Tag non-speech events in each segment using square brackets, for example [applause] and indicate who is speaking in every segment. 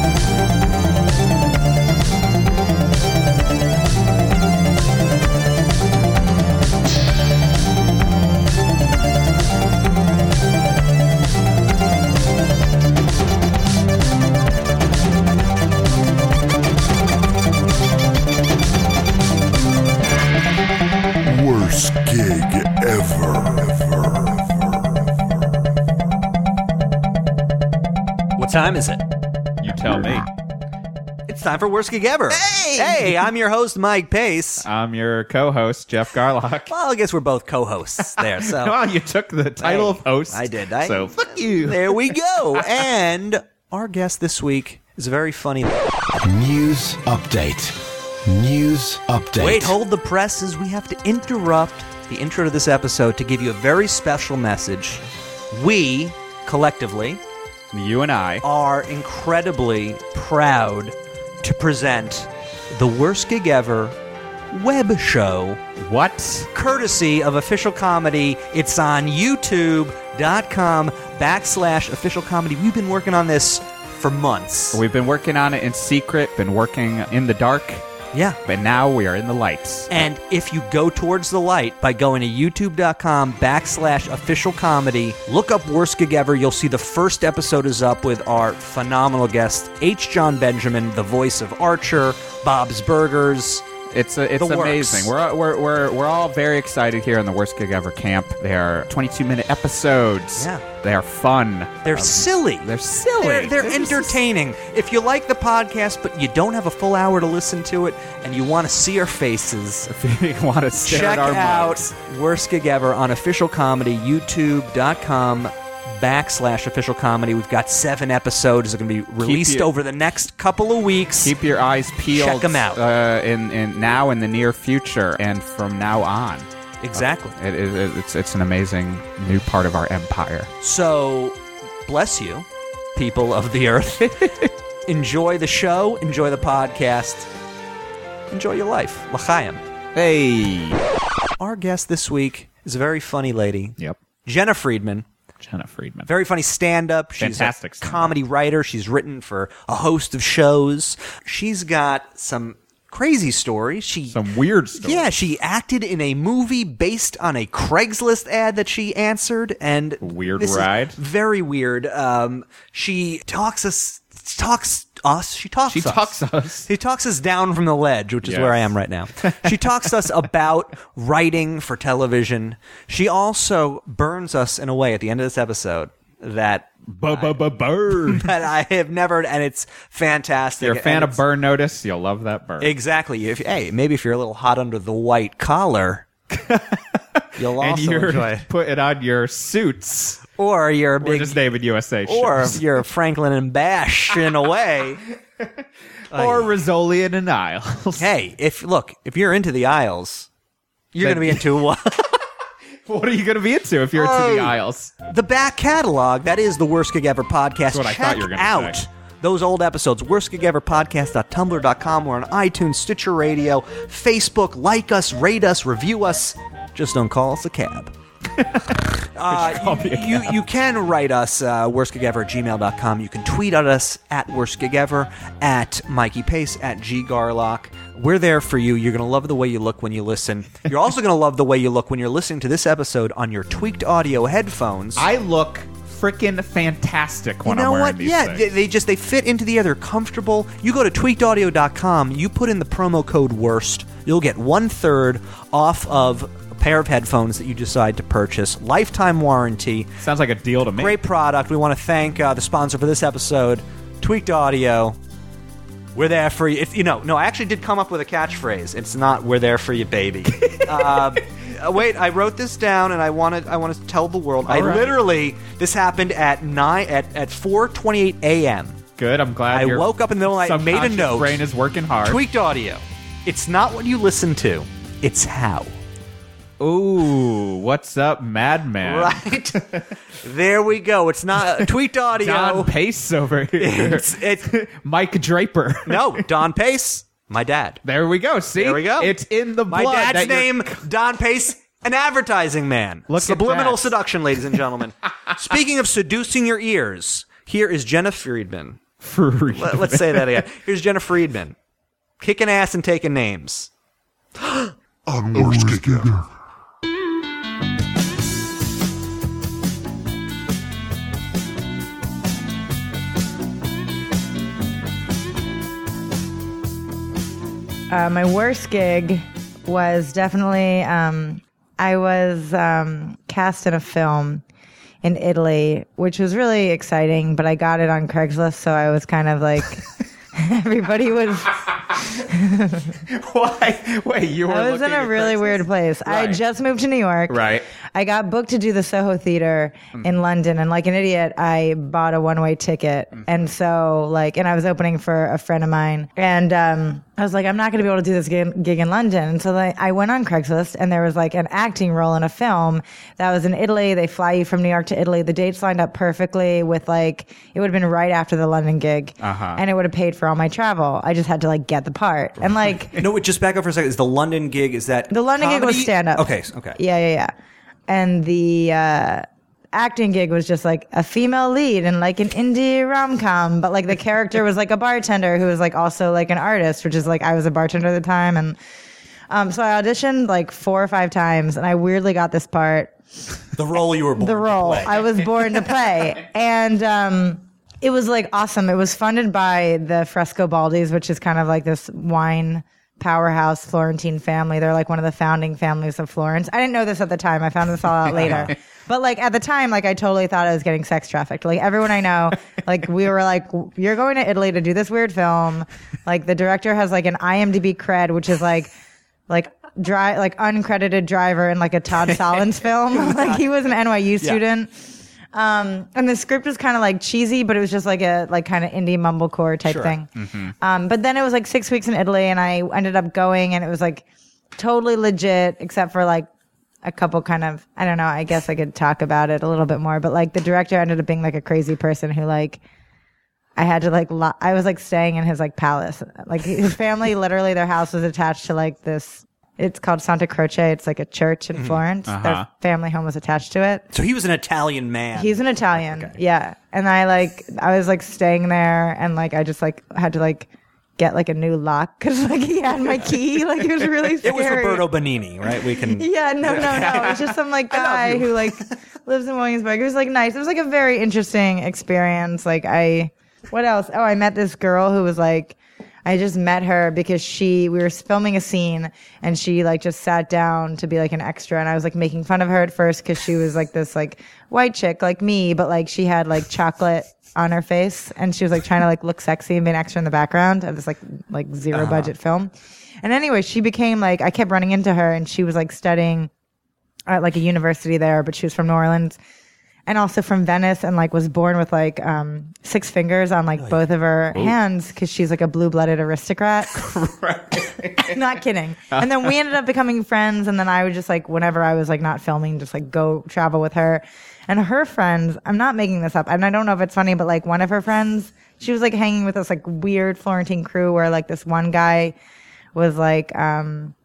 Speaker 1: Worst gig ever.
Speaker 2: What time is it?
Speaker 3: You tell me.
Speaker 2: It's time for Worst Gig Ever. Hey! Hey, I'm your host, Mike Pace.
Speaker 3: I'm your co-host Jeff Garlock. [laughs]
Speaker 2: Well, I guess we're both co hosts there, so
Speaker 3: well, you took the title
Speaker 2: Oh. Hey,
Speaker 3: of host.
Speaker 2: I did. I-
Speaker 3: so fuck you.
Speaker 2: there we go. And our guest this week is very funny.
Speaker 4: News update. News update.
Speaker 2: Wait, hold the presses. We have to interrupt the intro to this episode to give you a very special message. We, collectively,
Speaker 3: You and I.
Speaker 2: are incredibly proud to present the Worst Gig Ever web show
Speaker 3: What?
Speaker 2: courtesy of official comedy it's on youtube.com backslash official comedy we've been working on this for months
Speaker 3: We've been working on it in secret, been working in the dark,
Speaker 2: yeah
Speaker 3: but now we are in the lights.
Speaker 2: and if you go towards the light by going to youtube.com backslash official comedy look up worst gig ever you'll see the first episode is up with our phenomenal guest h john benjamin the voice of archer bob's burgers
Speaker 3: It's a, it's
Speaker 2: The works.
Speaker 3: amazing. We're, we're we're we're all very excited here in the worst gig ever camp. They are 22 minute episodes.
Speaker 2: Yeah.
Speaker 3: They are fun. [laughs]
Speaker 2: They're silly.
Speaker 3: Um, They're silly.
Speaker 2: They're, they're
Speaker 3: They're just-
Speaker 2: entertaining. If you like the podcast, but you don't have a full hour to listen to it, and you want to see our faces,
Speaker 3: If you want to stare
Speaker 2: check
Speaker 3: at our
Speaker 2: out
Speaker 3: mics.
Speaker 2: Worst Gig Ever on official comedy, youtube.com backslash official comedy. We've got seven episodes. They're going to be released
Speaker 3: you-
Speaker 2: over the next couple of weeks.
Speaker 3: Keep your eyes peeled.
Speaker 2: Check 'em out.
Speaker 3: uh, in, in now in the near future and from now on.
Speaker 2: exactly.
Speaker 3: It, it, it's it's an amazing new part of our empire.
Speaker 2: So, bless you, people of the earth. [laughs] enjoy the show. Enjoy the podcast. Enjoy your life. L'chaim.
Speaker 3: Hey.
Speaker 2: Our guest this week is a very funny lady,
Speaker 3: Yep.
Speaker 2: Jenna Friedman.
Speaker 3: Jenna Friedman.
Speaker 2: Very funny stand up. She's
Speaker 3: Fantastic
Speaker 2: a
Speaker 3: stand-up.
Speaker 2: comedy writer. She's written for a host of shows. She's got some crazy stories. She
Speaker 3: Some weird stories.
Speaker 2: Yeah, she acted in a movie based on a Craigslist ad that she answered and
Speaker 3: Weird
Speaker 2: this is
Speaker 3: ride.
Speaker 2: very weird. Um she talks us talks us. She talks
Speaker 3: She
Speaker 2: us.
Speaker 3: talks us.
Speaker 2: He talks us down from the ledge, which is
Speaker 3: Yes.
Speaker 2: where I am right
Speaker 3: [laughs]
Speaker 2: now. She talks us about writing for television. She also burns us in a way at the end of this episode that [laughs]
Speaker 3: Burn.
Speaker 2: that I have never, and it's fantastic.
Speaker 3: You're a fan
Speaker 2: And
Speaker 3: of
Speaker 2: it's-
Speaker 3: Burn Notice. You'll love that Burn.
Speaker 2: Exactly. If hey, maybe if you're a little hot under the white
Speaker 3: [laughs]
Speaker 2: collar, you'll
Speaker 3: and
Speaker 2: also
Speaker 3: you're
Speaker 2: enjoy
Speaker 3: [laughs]
Speaker 2: it.
Speaker 3: putting on your suits.
Speaker 2: Or you're a
Speaker 3: We're
Speaker 2: big,
Speaker 3: just naming USA
Speaker 2: or
Speaker 3: shows.
Speaker 2: you're Franklin and Bash in a
Speaker 3: [laughs]
Speaker 2: way.
Speaker 3: or Rizzoli and Niles. [laughs]
Speaker 2: Hey, if look, if you're into the Isles, you're
Speaker 3: Then-
Speaker 2: going to be
Speaker 3: [laughs]
Speaker 2: into what?
Speaker 3: what are you going to be into if you're into
Speaker 2: Hey.
Speaker 3: the Isles?
Speaker 2: the back catalog that is the worst gig ever podcast
Speaker 3: That's what I
Speaker 2: check
Speaker 3: thought you were gonna
Speaker 2: out
Speaker 3: say.
Speaker 2: those old episodes worst gig ever podcast.tumblr.com we're on itunes stitcher radio facebook like us rate us review us just don't call us a
Speaker 3: [laughs]
Speaker 2: cab uh,
Speaker 3: me
Speaker 2: you,
Speaker 3: a
Speaker 2: you, you can write us uh, worstgigever at gmail.com you can tweet at us at worstgigever at mikey pace at g garlock we're there for you you're going to love the way you look when you listen you're also going to love the way you look when you're listening to this episode on your tweaked audio headphones
Speaker 3: I look freaking fantastic when
Speaker 2: you know
Speaker 3: I'm wearing
Speaker 2: what?
Speaker 3: these
Speaker 2: yeah,
Speaker 3: things.
Speaker 2: They, they just they fit into the other comfortable. You go to tweakedaudio.com, you put in the promo code worst, you'll get one third off of a pair of headphones that you decide to purchase, lifetime warranty,
Speaker 3: Sounds like a deal to me.
Speaker 2: great product. We want to thank uh, the sponsor for this episode, Tweaked Audio. We're there for you. It's, you know, no, I actually did come up with a catchphrase. It's not "We're there for you,
Speaker 3: [laughs]
Speaker 2: baby." uh, uh, wait, I wrote this down, and I wanted I want to tell the world. I
Speaker 3: All right.
Speaker 2: literally this happened at nine at at four twenty eight a.m.
Speaker 3: Good. I'm glad.
Speaker 2: I
Speaker 3: your
Speaker 2: woke up in the middle of the night, made a
Speaker 3: subconscious
Speaker 2: note.
Speaker 3: Brain is working hard.
Speaker 2: Tweaked Audio. It's not what you listen to. It's how.
Speaker 3: Ooh, what's up, Madman? [laughs]
Speaker 2: Right there, we go. It's not uh, tweaked audio.
Speaker 3: Don Pace
Speaker 2: [laughs]
Speaker 3: over here.
Speaker 2: It's- it's,
Speaker 3: Mike Draper.
Speaker 2: No, Don Pace, my dad.
Speaker 3: [laughs] There we go. See,
Speaker 2: There we go.
Speaker 3: It's in the
Speaker 2: My
Speaker 3: blood.
Speaker 2: dad's
Speaker 3: that you're-
Speaker 2: name, Don Pace, An advertising man.
Speaker 5: Look at
Speaker 2: Subliminal
Speaker 5: that.
Speaker 2: seduction, ladies and [laughs] gentlemen. Speaking of seducing your ears, here is Jenna Friedman.
Speaker 5: For
Speaker 2: Let- Let's say that again. Here's Jenna Friedman. Kicking ass and taking names.
Speaker 1: on Worst Gig Ever.
Speaker 6: Uh, my worst gig was definitely um, I was um, cast in a film in Italy, which was really exciting. But I got it on Craigslist, so I was kind of like [laughs] everybody was.
Speaker 3: Why? Wait, you were.
Speaker 6: I was in
Speaker 3: looking
Speaker 6: a
Speaker 3: at
Speaker 6: really
Speaker 3: Craigslist?
Speaker 6: weird place. I
Speaker 3: Right.
Speaker 6: had just moved to New York.
Speaker 3: Right. Mm.
Speaker 6: I got booked to do the Soho Theater in London, and like an idiot, I bought a one-way ticket,
Speaker 3: Mm-hmm.
Speaker 6: and so like, and I was opening for a friend of mine, and um, I was like, I'm not going to be able to do this gig, gig in London, and so like, I went on Craigslist, and there was like an acting role in a film that was in Italy. They fly you from New York to Italy. The dates lined up perfectly with like it would have been right after the London gig,
Speaker 3: Uh-huh.
Speaker 6: and it would have paid for all my travel. I just had to like get the part, and like.
Speaker 2: No, wait, just back up for a second. Is the London gig, is that.
Speaker 6: The London gig was
Speaker 2: comedy?
Speaker 6: stand up.
Speaker 2: Okay, okay.
Speaker 6: Yeah, yeah, yeah. And the uh, acting gig was just like a female lead and like an indie rom com, but like the character was like a bartender who was like also like an artist, which is like I was a bartender at the time. And um, so I auditioned like four or five times and I weirdly got this part
Speaker 2: The role you were born
Speaker 6: the role.
Speaker 2: To play.
Speaker 6: I was born
Speaker 2: [laughs]
Speaker 6: to play. and um, it was like awesome. It was funded by the Fresco Baldies, which is kind of like this wine powerhouse Florentine family. They're like one of the founding families of Florence. I didn't know this at the time. I found this all
Speaker 2: [laughs]
Speaker 6: out later. But like at the time, like I totally thought I was getting sex trafficked. Like everyone
Speaker 2: [laughs]
Speaker 6: I know, like we were like, you're going to Italy to do this weird film. Like the director has like an IMDb cred, which is like like dry like uncredited driver in like a Todd Solondz film. [laughs] like he was an NYU student. Um, and the script was kind of like cheesy, but it was just like a like kind of indie mumblecore type thing. Um, but then it was like six weeks in Italy, and I ended up going, and it was like totally legit, except for like a couple kind of I don't know. I guess I could talk about it a little bit more, but like the director ended up being like a crazy person who like I had to like lo- I was like staying in his like palace. Like
Speaker 2: [laughs]
Speaker 6: his family literally their house was attached to like this it's called Santa Croce. It's like a church
Speaker 2: Mm-hmm.
Speaker 6: in Florence.
Speaker 2: Uh-huh.
Speaker 6: Their family home was attached to it.
Speaker 2: So he was an Italian man.
Speaker 6: He's an Italian. Yeah. And I like I was like staying there and like I just like had to like get like a new lock cuz like he had my key. Like it was
Speaker 2: [laughs]
Speaker 6: really
Speaker 2: it
Speaker 6: scary.
Speaker 2: was Roberto Benini, right? We can.
Speaker 6: [laughs] Yeah, no, no, no. It's just some
Speaker 2: [laughs]
Speaker 6: like guy who like lives in Williamsburg. It was like nice. It was like a very interesting experience. Like I, what else? Oh, I met this girl who was like, I just met her because she we were filming a scene and she like just sat down to be like an extra and I was like making fun of her at first because she was like this like white chick like me but like she had like chocolate on her face and she was like trying to like look sexy and be an extra in the background of this like like 0 budget film. And anyway, she became like I kept running into her, and she was like studying at like a university there, but she was from New Orleans and also from Venice, and like was born with like um, six fingers on like both of her hands because she's like a blue blooded aristocrat. [laughs] not kidding. And then we ended up becoming friends, and then I would just like whenever I was like not filming, just like go travel with her and her friends. I'm not making this up, and I don't know if it's funny, but like one of her friends. She was like hanging with this like weird Florentine crew where like this one guy was like um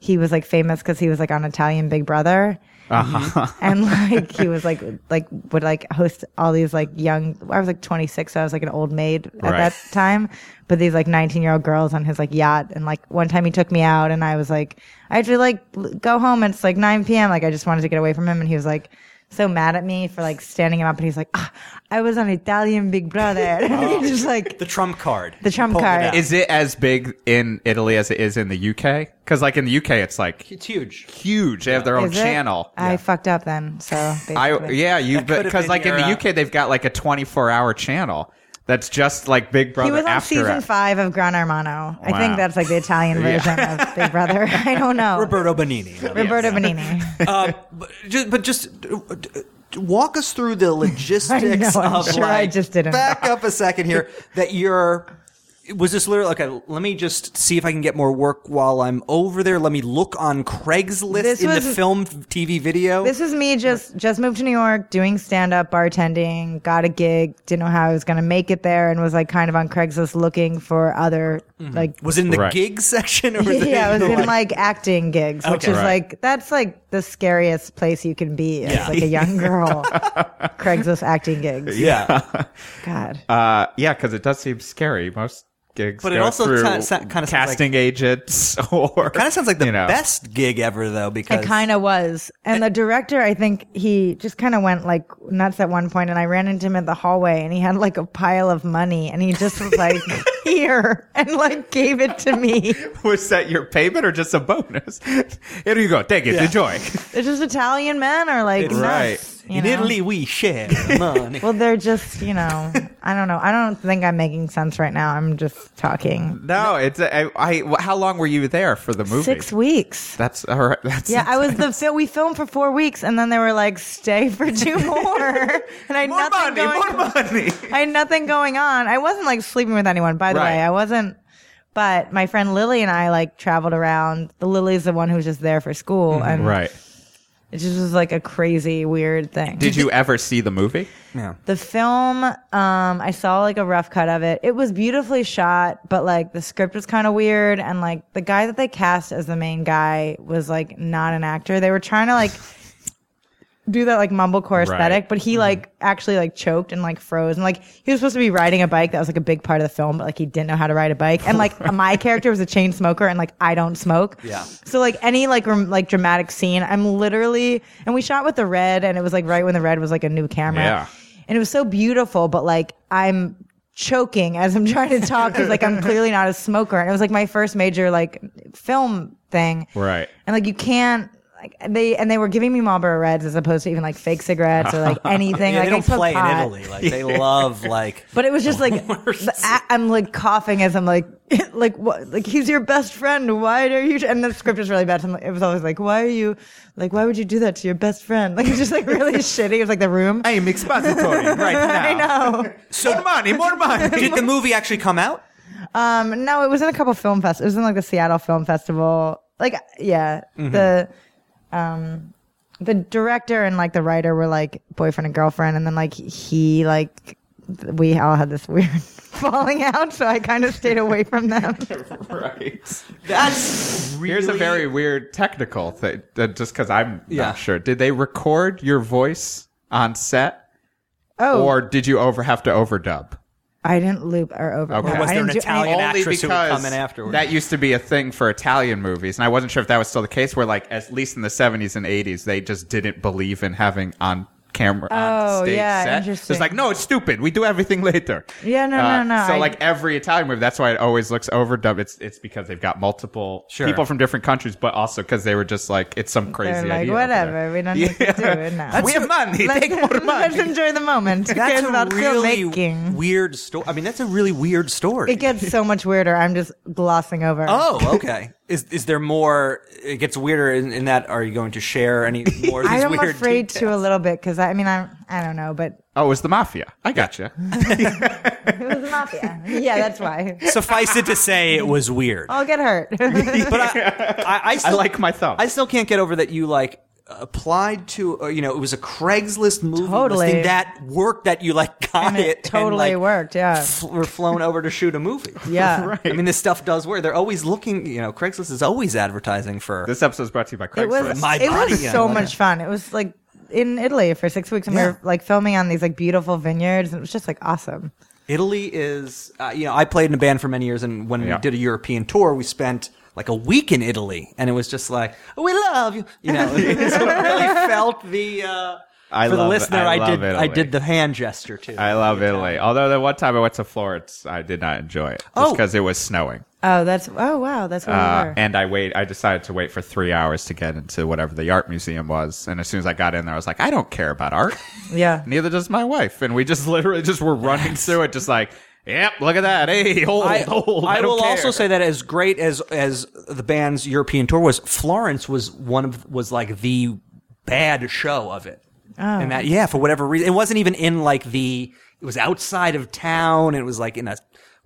Speaker 6: he was like famous because he was like on Italian Big Brother. and like he was like like would like host all these like young I was like 26 so I was like an old maid at
Speaker 3: Right.
Speaker 6: that time but these like 19 year old girls on his like yacht and like one time he took me out and I was like I had to like l- go home and it's like 9 p.m. like I just wanted to get away from him and he was like so mad at me for like standing him up and he's like ah, I was on Italian Big Brother [laughs] and he just
Speaker 3: [laughs]
Speaker 6: like
Speaker 2: The trump card.
Speaker 6: The trump
Speaker 2: Pulled it
Speaker 6: card.
Speaker 2: out.
Speaker 3: Is it as big in Italy as it is in the UK? Because like in the UK, it's like
Speaker 2: It's huge.
Speaker 3: huge. They have their own
Speaker 6: Is it?
Speaker 3: channel.
Speaker 6: I fucked up then. So
Speaker 3: I
Speaker 6: basically.
Speaker 3: yeah, you
Speaker 2: could have
Speaker 3: because
Speaker 2: been
Speaker 3: like in
Speaker 2: your,
Speaker 3: the
Speaker 2: uh,
Speaker 3: UK, they've got like a 24 hour channel that's just like Big Brother
Speaker 6: He was on
Speaker 3: after
Speaker 6: season
Speaker 3: it.
Speaker 6: five of Gran Hermano. I think
Speaker 3: Wow.
Speaker 6: that's like
Speaker 3: [laughs]
Speaker 6: the Italian version of Big Brother. [laughs] I don't know.
Speaker 2: Roberto Benini.
Speaker 6: Roberto Benigni.
Speaker 2: Uh, but just, but just uh, uh, walk us through
Speaker 6: [laughs]
Speaker 2: the logistics
Speaker 6: I know, I'm
Speaker 2: of
Speaker 6: sure I
Speaker 2: like.
Speaker 6: just didn't.
Speaker 2: Back up a second here. That you're was this literally okay? Let me just see if I can get more work while I'm over there. Let me look on Craigslist
Speaker 6: This
Speaker 2: in the
Speaker 6: was-
Speaker 2: film, TV, video.
Speaker 6: This is me just just moved to New York, doing stand up, bartending, got a gig, didn't know how I was gonna make it there, and was like kind of on Craigslist looking for other Like
Speaker 2: [laughs] Was it in the
Speaker 3: Right.
Speaker 2: gig section or was it
Speaker 6: [laughs] yeah, it was
Speaker 2: [laughs]
Speaker 6: in
Speaker 2: like-
Speaker 6: like acting gigs, which
Speaker 2: Okay.
Speaker 6: is
Speaker 3: Right.
Speaker 6: like that's like the scariest place you can be as like a young girl. Craigslist acting gigs.
Speaker 2: yeah.
Speaker 6: God.
Speaker 3: Uh, yeah, because it does seem scary. Most gigs,
Speaker 2: But it
Speaker 3: go
Speaker 2: also
Speaker 3: through
Speaker 2: ti- sa- kinda sounds like-
Speaker 3: casting agents [laughs] or
Speaker 2: Kind of sounds like the
Speaker 3: you know.
Speaker 2: best gig ever though because
Speaker 6: It kind of was. And the director, I think he just kind of went like nuts at one point, and I ran into him in the hallway, and he had like a pile of money, and he just was like, [laughs] "Here," and like gave it to me.
Speaker 3: Was that your payment or just a bonus? [laughs] Here you go. Take it. Enjoy.
Speaker 2: [laughs]
Speaker 6: They're just Italian men are like
Speaker 2: It's-
Speaker 6: nuts, you
Speaker 2: in
Speaker 6: know?
Speaker 2: Italy we share
Speaker 6: [laughs]
Speaker 2: money.
Speaker 6: Well, they're just you know, I don't know. I don't think I'm making sense right now. I'm just talking.
Speaker 3: No, it's I, I. How long were you there for the movie?
Speaker 6: Six weeks.
Speaker 3: That's all right. That's
Speaker 6: Yeah,
Speaker 3: [laughs]
Speaker 6: I was the fil- we filmed for four weeks, and then they were like, "Stay for
Speaker 3: [laughs]
Speaker 6: two more," and I had
Speaker 3: more
Speaker 6: nothing
Speaker 3: money.
Speaker 6: going.
Speaker 3: More money.
Speaker 6: [laughs] I had nothing going on. I wasn't like sleeping with anyone, by the
Speaker 3: Right.
Speaker 6: way. I wasn't. But my friend Lily and I like traveled around. The Lily's the one who's just there for school, and
Speaker 3: Mm-hmm. Right.
Speaker 6: it just was like a crazy, weird thing.
Speaker 3: Did you ever see the movie?
Speaker 6: the film, um, I saw like a rough cut of it. It was beautifully shot, but like the script was kind of weird, and like the guy that they cast as the main guy was like not an actor. They were trying to like. [laughs] Do that like mumblecore aesthetic, but he like actually like choked and like froze and like he was supposed to be riding a bike. That was like a big part of the film, but like he didn't know how to ride a bike. And like my character was a chain smoker, and like I don't smoke.
Speaker 2: Yeah.
Speaker 6: So like any like rem- like dramatic scene, I'm literally and we shot with the red, and it was like right when the red was like a new camera.
Speaker 3: Yeah.
Speaker 6: And it was so beautiful, but like I'm choking as I'm trying to talk because like I'm clearly not a smoker. And it was like my first major like film thing.
Speaker 3: Right.
Speaker 6: And like you can't like they and they were giving me Marlboro Reds as opposed to even like fake cigarettes or like
Speaker 2: [laughs]
Speaker 6: anything.
Speaker 2: Yeah, they
Speaker 6: like I
Speaker 2: don't
Speaker 6: smoked
Speaker 2: play in
Speaker 6: pot.
Speaker 2: Italy. Like
Speaker 6: [laughs]
Speaker 2: they love like
Speaker 6: But it was
Speaker 2: [laughs]
Speaker 6: just like the, a- I'm like coughing as I'm like [laughs] like what like he's your best friend. Why are you? And the script is really bad. So I'm like- it was always like why are you like why would you do that to your best friend? [laughs] Like it's just like really shitty. It was like the room.
Speaker 3: I'm expository right now.
Speaker 6: [laughs] I know.
Speaker 3: More money. More money.
Speaker 2: [laughs] Did the movie actually come out?
Speaker 6: Um, no, it was in a couple film fest. It was in like the Seattle Film Festival. Like, yeah, the um, the director and like the writer were like boyfriend and girlfriend, and then like he like we all had this [laughs] weird falling out, so I kind of stayed away
Speaker 3: [laughs]
Speaker 6: from them.
Speaker 3: right.
Speaker 2: That's really
Speaker 3: Here's a very weird technical thing. That just because I'm
Speaker 2: Yeah.
Speaker 3: not sure. Did they record your voice on set,
Speaker 6: Oh,
Speaker 3: or did you over have to overdub?
Speaker 6: I didn't loop or over.
Speaker 3: Okay.
Speaker 6: no,
Speaker 3: Was
Speaker 6: I
Speaker 2: there
Speaker 6: didn't
Speaker 2: an
Speaker 6: do any-
Speaker 2: Italian actress who would come in afterwards.
Speaker 3: That used to be a thing for Italian movies, and I wasn't sure if that was still the case. Where like at least in the seventies and eighties, they just didn't believe in having on camera on
Speaker 6: Oh,
Speaker 3: stage
Speaker 6: yeah,
Speaker 3: set.
Speaker 6: interesting.
Speaker 3: It's like no, it's stupid. We do everything [laughs] later. Uh,
Speaker 6: Yeah, no, no, no,
Speaker 3: So
Speaker 6: I-
Speaker 3: like every Italian movie, that's why it always looks overdubbed. It's it's because they've got multiple
Speaker 2: Sure.
Speaker 3: people from different countries, but also because they were just like it's some crazy
Speaker 6: They're like
Speaker 3: idea. over there.
Speaker 6: whatever. We don't need to do it now.
Speaker 3: [laughs] we have money.
Speaker 6: Let's-
Speaker 3: Take more
Speaker 6: [laughs] Let's
Speaker 3: money.
Speaker 6: enjoy the moment.
Speaker 2: [laughs]
Speaker 6: Who
Speaker 2: That's
Speaker 6: cares
Speaker 2: a
Speaker 6: about
Speaker 2: really
Speaker 6: filmmaking?
Speaker 2: weird story. I mean, that's a really weird story.
Speaker 6: It gets so much weirder. I'm just glossing over.
Speaker 2: oh, okay. Is is there more? It gets weirder in, in that. Are you going to share any [laughs] more? Of these
Speaker 6: I'm
Speaker 2: weird
Speaker 6: afraid to a
Speaker 2: details?
Speaker 6: little bit because I, I mean I'm I don't know, but
Speaker 3: Oh, it was the mafia. I
Speaker 2: [laughs]
Speaker 3: gotcha.
Speaker 6: it was the mafia. [laughs] yeah, that's why.
Speaker 2: Suffice it to say, it was weird. [laughs]
Speaker 6: I'll get hurt. I [laughs]
Speaker 2: but I, I, I,
Speaker 3: I
Speaker 2: still,
Speaker 3: like my thumb.
Speaker 2: I still can't get over that you like applied to or, you know it was a Craigslist movie
Speaker 6: Totally.
Speaker 2: listing that worked that you like got
Speaker 6: mean, it
Speaker 2: it
Speaker 6: totally
Speaker 2: and, like,
Speaker 6: worked, yeah.
Speaker 2: f- were flown over to shoot a movie
Speaker 6: Um,
Speaker 3: [laughs]
Speaker 6: Yeah. Right.
Speaker 2: I mean this stuff does work they're always looking you know Craigslist is always advertising for
Speaker 3: this episode is brought to you by Craigslist.
Speaker 6: it was
Speaker 2: My
Speaker 6: it
Speaker 2: body,
Speaker 6: was
Speaker 2: yeah,
Speaker 6: so
Speaker 2: like
Speaker 6: much fun. It was like in Italy for six weeks, and we
Speaker 2: Yeah.
Speaker 6: were like filming on these like beautiful vineyards, and it was just like awesome.
Speaker 2: Italy is, uh, you know, I played in a band for many years, and when
Speaker 3: Yeah.
Speaker 2: we did a European tour, we spent like a week in Italy, and it was just like, "Oh, we love you, you know. [laughs] so it really felt the. Uh,
Speaker 3: I
Speaker 2: for the
Speaker 3: love it.
Speaker 2: listener,
Speaker 3: I
Speaker 2: I,
Speaker 3: love
Speaker 2: did. I
Speaker 3: Italy.
Speaker 2: did the hand gesture too.
Speaker 3: I love Italy. Although the one time I went to Florence, I did not enjoy it
Speaker 2: Oh.
Speaker 3: because it was snowing,
Speaker 6: Oh, that's oh wow, that's where we
Speaker 3: uh,
Speaker 6: were.
Speaker 3: and I wait. I decided to wait for three hours to get into whatever the art museum was. And as soon as I got in there, I was like, I don't care about art. [laughs]
Speaker 6: yeah,
Speaker 3: Neither does my wife. And we just [laughs] literally just were running through it, just like, yep, look at that. Hey, hold, [laughs]
Speaker 2: I,
Speaker 3: hold.
Speaker 2: I
Speaker 3: don't
Speaker 2: will
Speaker 3: care."
Speaker 2: also say that as great as as the band's European tour was, Florence was one of was like the bad show of it.
Speaker 6: Oh.
Speaker 2: And that yeah, for whatever reason, it wasn't even in like the it was outside of town. It was like in a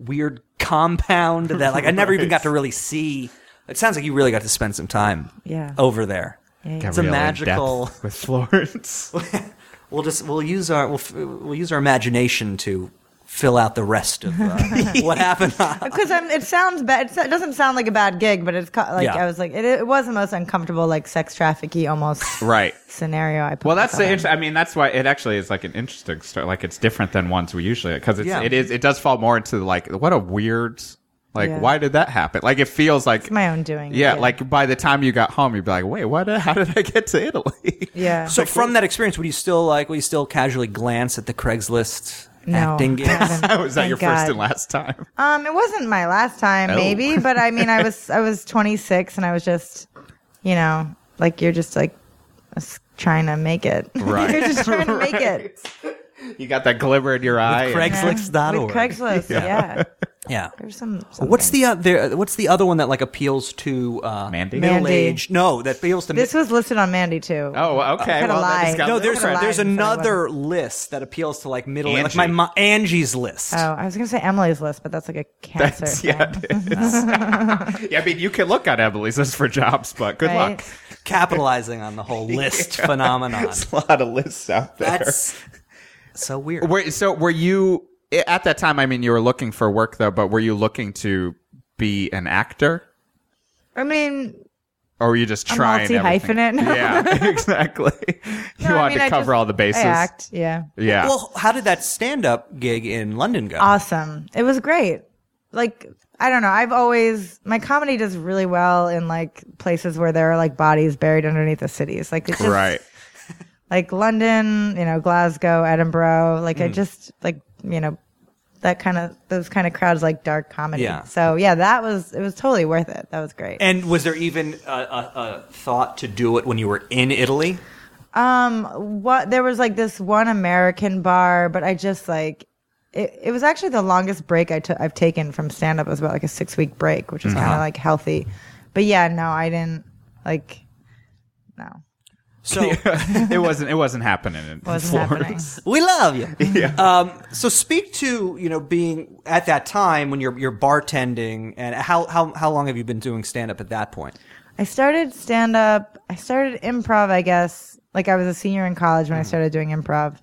Speaker 2: weird compound that like I
Speaker 3: [laughs]
Speaker 2: never even got to really see. It sounds like you really got to spend some time
Speaker 6: Yeah.
Speaker 2: over there.
Speaker 6: yeah.
Speaker 3: Got
Speaker 2: It's a
Speaker 3: real in
Speaker 2: magical-
Speaker 3: depth with Florence.
Speaker 2: [laughs] We'll just we'll use our we'll, f- we'll use our imagination to fill out the rest of
Speaker 6: [laughs]
Speaker 2: uh, what happened.
Speaker 6: Because it sounds bad. It doesn't sound like a bad gig, but it's co- like
Speaker 2: Yeah.
Speaker 6: I was like it, it was the most uncomfortable, like sex trafficky almost
Speaker 3: Right.
Speaker 6: scenario. I put
Speaker 3: Well, that's the.
Speaker 6: myself in.
Speaker 3: Inter- I mean, that's why it actually is like an interesting story. Like it's different than ones we usually because it's
Speaker 2: Yeah.
Speaker 3: it is it does fall more into like what a weird like
Speaker 6: Yeah.
Speaker 3: why did that happen? Like it feels like
Speaker 6: It's my own doing.
Speaker 3: yeah, like by the time you got home, you'd be like, wait, what? How did I get to Italy? [laughs]
Speaker 6: yeah.
Speaker 2: so from that experience, would you still like? Would you still casually glance at the Craigslist
Speaker 6: No, [laughs]
Speaker 2: acting
Speaker 6: I
Speaker 2: gigs?
Speaker 3: [laughs]
Speaker 6: haven't.
Speaker 3: was that
Speaker 6: Thank
Speaker 3: your first
Speaker 6: God.
Speaker 3: and last time?
Speaker 6: Um, it wasn't my last time,
Speaker 3: Oh.
Speaker 6: maybe, but I mean, I was
Speaker 3: [laughs]
Speaker 6: I was 26, and I was just, you know, like you're just like s- trying to make it. [laughs]
Speaker 3: Right.
Speaker 6: you're just trying to make it.
Speaker 3: You got that glimmer in your eye. and-
Speaker 2: Craigslist.org.
Speaker 6: With Craigslist, yeah.
Speaker 3: [laughs]
Speaker 2: yeah.
Speaker 6: There's some.
Speaker 2: What's
Speaker 6: something.
Speaker 2: the uh, there, what's the other one that like appeals to uh,
Speaker 3: Mandy?
Speaker 2: middle
Speaker 6: Mandy.
Speaker 2: age? No, that appeals to
Speaker 6: This was listed on Mandy too.
Speaker 3: Oh, okay.
Speaker 6: Kinda
Speaker 3: Well, that
Speaker 6: lie.
Speaker 3: just got
Speaker 2: no.
Speaker 6: No,
Speaker 2: There's
Speaker 6: Another
Speaker 2: there's
Speaker 6: line, so I
Speaker 2: another list that appeals to like middle like
Speaker 3: Angie.
Speaker 2: my mo- Angie's list.
Speaker 6: Oh, I was gonna say Emily's list, but that's like a cancer.
Speaker 3: [laughs] That's-
Speaker 6: thing.
Speaker 3: yeah, it
Speaker 6: [laughs]
Speaker 3: is. yeah, I mean, you can look at Emily's list for jobs, but [laughs] good
Speaker 6: Right?
Speaker 3: luck. [laughs]
Speaker 2: Capitalizing on the whole list phenomenon.
Speaker 3: There's a lot of lists out there.
Speaker 2: That's so weird.
Speaker 3: Were- so, were you at that time? I mean, you were looking for work though, but were you looking to be an actor,
Speaker 6: I mean,
Speaker 3: or were you just
Speaker 6: I'm
Speaker 3: trying everything?
Speaker 6: multi-hyphenate. [laughs]
Speaker 3: Yeah, [laughs] exactly. you
Speaker 6: No, I
Speaker 3: wanted
Speaker 6: mean,
Speaker 3: to
Speaker 6: I
Speaker 3: cover
Speaker 6: just-
Speaker 3: all the bases.
Speaker 6: I act. Yeah.
Speaker 3: Yeah.
Speaker 2: Well, how did that stand-up gig in London go?
Speaker 6: Uh, awesome. It was great. Like I don't know. I've always my comedy does really well in like places where there are like bodies buried underneath the cities. Like it's just, [laughs]
Speaker 3: right.
Speaker 6: Like London, you know, Glasgow, Edinburgh. Like I just like you know that kind of those kind of crowds like dark comedy.
Speaker 2: Yeah.
Speaker 6: So yeah, that was it was totally worth it. That was great.
Speaker 2: and was there even a, a, a thought to do it when you were in Italy?
Speaker 6: what there was like this one American bar, but I just like it, it was actually the longest break I took I've taken from stand up. It was about like a six week break, which is
Speaker 3: Uh-huh.
Speaker 6: kind of like healthy. But yeah, no, I didn't like no.
Speaker 3: [laughs]
Speaker 2: So
Speaker 3: it wasn't. It wasn't happening. In
Speaker 6: Wasn't
Speaker 3: Florida.
Speaker 6: happening.
Speaker 2: we love
Speaker 3: [laughs]
Speaker 2: you. Um, so speak to you know being at that time when you're you're bartending and how how how long have you been doing stand-up at that point?
Speaker 6: I started stand up. I started improv, I guess. Like I was a senior in college
Speaker 3: Mm-hmm.
Speaker 6: when I started doing improv.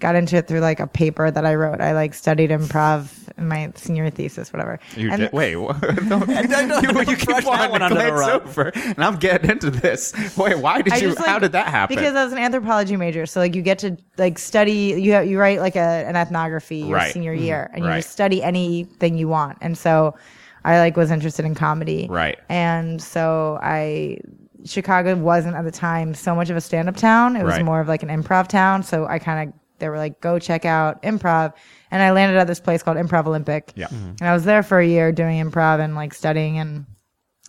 Speaker 6: Got into it through like a paper that I wrote. I like studied improv in my senior thesis, whatever.
Speaker 3: You
Speaker 6: And-
Speaker 3: did. Wait,
Speaker 6: [laughs]
Speaker 3: what? [laughs] No, [laughs]
Speaker 2: [laughs]
Speaker 3: you, you
Speaker 2: brush
Speaker 3: keep
Speaker 2: that
Speaker 3: wanting
Speaker 2: one
Speaker 3: to
Speaker 2: under the
Speaker 3: glance
Speaker 2: rug.
Speaker 3: over, and I'm getting into this. Wait, why did
Speaker 6: I
Speaker 3: you?
Speaker 6: just, like-
Speaker 3: how did that happen?
Speaker 6: Because I was an anthropology major, so like you get to like study. You have, you write like a, an ethnography your
Speaker 3: Right. Mm-hmm.
Speaker 6: senior year, and you
Speaker 3: Right.
Speaker 6: just study anything you want. And so, I like was interested in comedy,
Speaker 3: Right.
Speaker 6: And so I, Chicago wasn't at the time so much of a stand up town. It was
Speaker 3: Right.
Speaker 6: more of like an improv town. So I kind of they were like, go check out improv, and I landed at this place called Improv Olympic.
Speaker 3: Yeah. Mhm.
Speaker 6: and I was there for a year doing improv and like studying and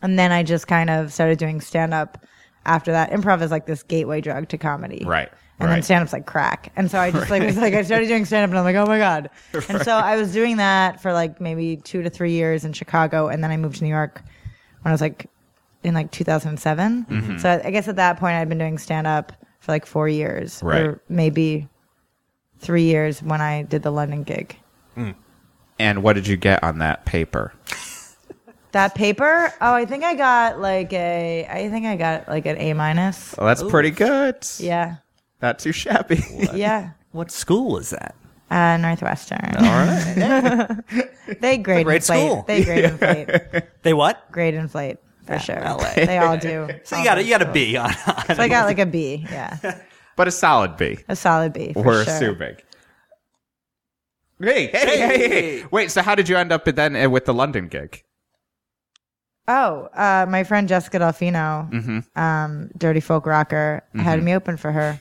Speaker 6: and then I just kind of started doing stand up after that. Improv is like this gateway drug to comedy.
Speaker 3: Right,
Speaker 6: And then
Speaker 3: right.
Speaker 6: stand up's like crack. And so I just
Speaker 3: [laughs]
Speaker 6: like was like I started doing stand up and I'm like, "Oh my god." And so I was doing that for like maybe 2 to 3 years in Chicago and then I moved to New York when I was like in like 2007.
Speaker 3: Mm-hmm.
Speaker 6: So I I guess at that point I'd been doing stand up for like 4 years
Speaker 3: Right.
Speaker 6: or maybe 3 years when I did the London gig.
Speaker 3: and what did you get on that paper?
Speaker 6: That paper? Oh, I think I got like a I think I got like an A minus.
Speaker 3: Well, that's pretty good.
Speaker 6: Yeah.
Speaker 3: Not too shabby.
Speaker 6: Yeah.
Speaker 2: What school is that?
Speaker 6: Uh, Northwestern. [laughs] they grade
Speaker 2: great
Speaker 6: inflate.
Speaker 2: school.
Speaker 6: They grade inflate.
Speaker 2: They what?
Speaker 6: Grade inflate for sure.
Speaker 2: LA.
Speaker 6: They all do.
Speaker 2: [laughs] So you got to you got to be on. [laughs]
Speaker 6: So I got like a B. Yeah,
Speaker 3: [laughs] but a solid B.
Speaker 6: a solid B. For
Speaker 3: We're
Speaker 6: sure.
Speaker 3: assuming. Hey, hey, hey, hey. Wait, so how did you end up at then uh, with the London gig?
Speaker 6: Oh, uh, my friend Jessica Delfino,
Speaker 2: Mm-hmm.
Speaker 6: um, Dirty Folk Rocker, had me open for her.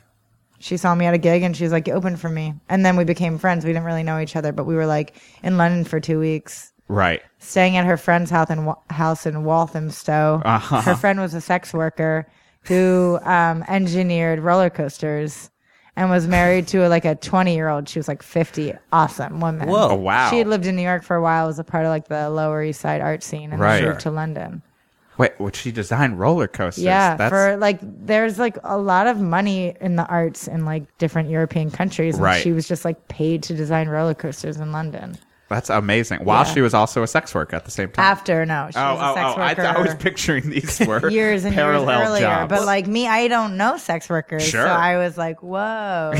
Speaker 6: She saw me at a gig and she was like, "You opened for me." And then we became friends. We didn't really know each other, but we were like in London for two weeks,
Speaker 3: Right.
Speaker 6: staying at her friend's house in, Wa- house in Walthamstow.
Speaker 3: Uh-huh.
Speaker 6: Her friend was a sex worker who um, engineered roller coasters and was married to like a 20 year old. She was like 50. Awesome woman.
Speaker 3: Oh, wow.
Speaker 6: She had lived in New York for a while, was a part of like the Lower East Side art scene, and
Speaker 3: Right.
Speaker 6: then moved to London.
Speaker 3: Wait, would she design roller coasters?
Speaker 6: Yeah,
Speaker 3: That's,
Speaker 6: for like, there's like a lot of money in the arts in like different European countries. And
Speaker 3: Right. Oh.
Speaker 6: She was just like paid to design roller coasters in London.
Speaker 3: that's amazing. While
Speaker 6: Yeah.
Speaker 3: she was also a sex worker at the same time.
Speaker 6: After no, she
Speaker 3: oh,
Speaker 6: was
Speaker 3: oh,
Speaker 6: a sex
Speaker 3: oh. I,
Speaker 6: worker.
Speaker 3: th- I was picturing these were
Speaker 6: [laughs] years and years
Speaker 3: parallel
Speaker 6: earlier.
Speaker 3: jobs.
Speaker 6: But like me, I don't know sex workers,
Speaker 3: Sure. [laughs]
Speaker 6: so I was like, "Whoa."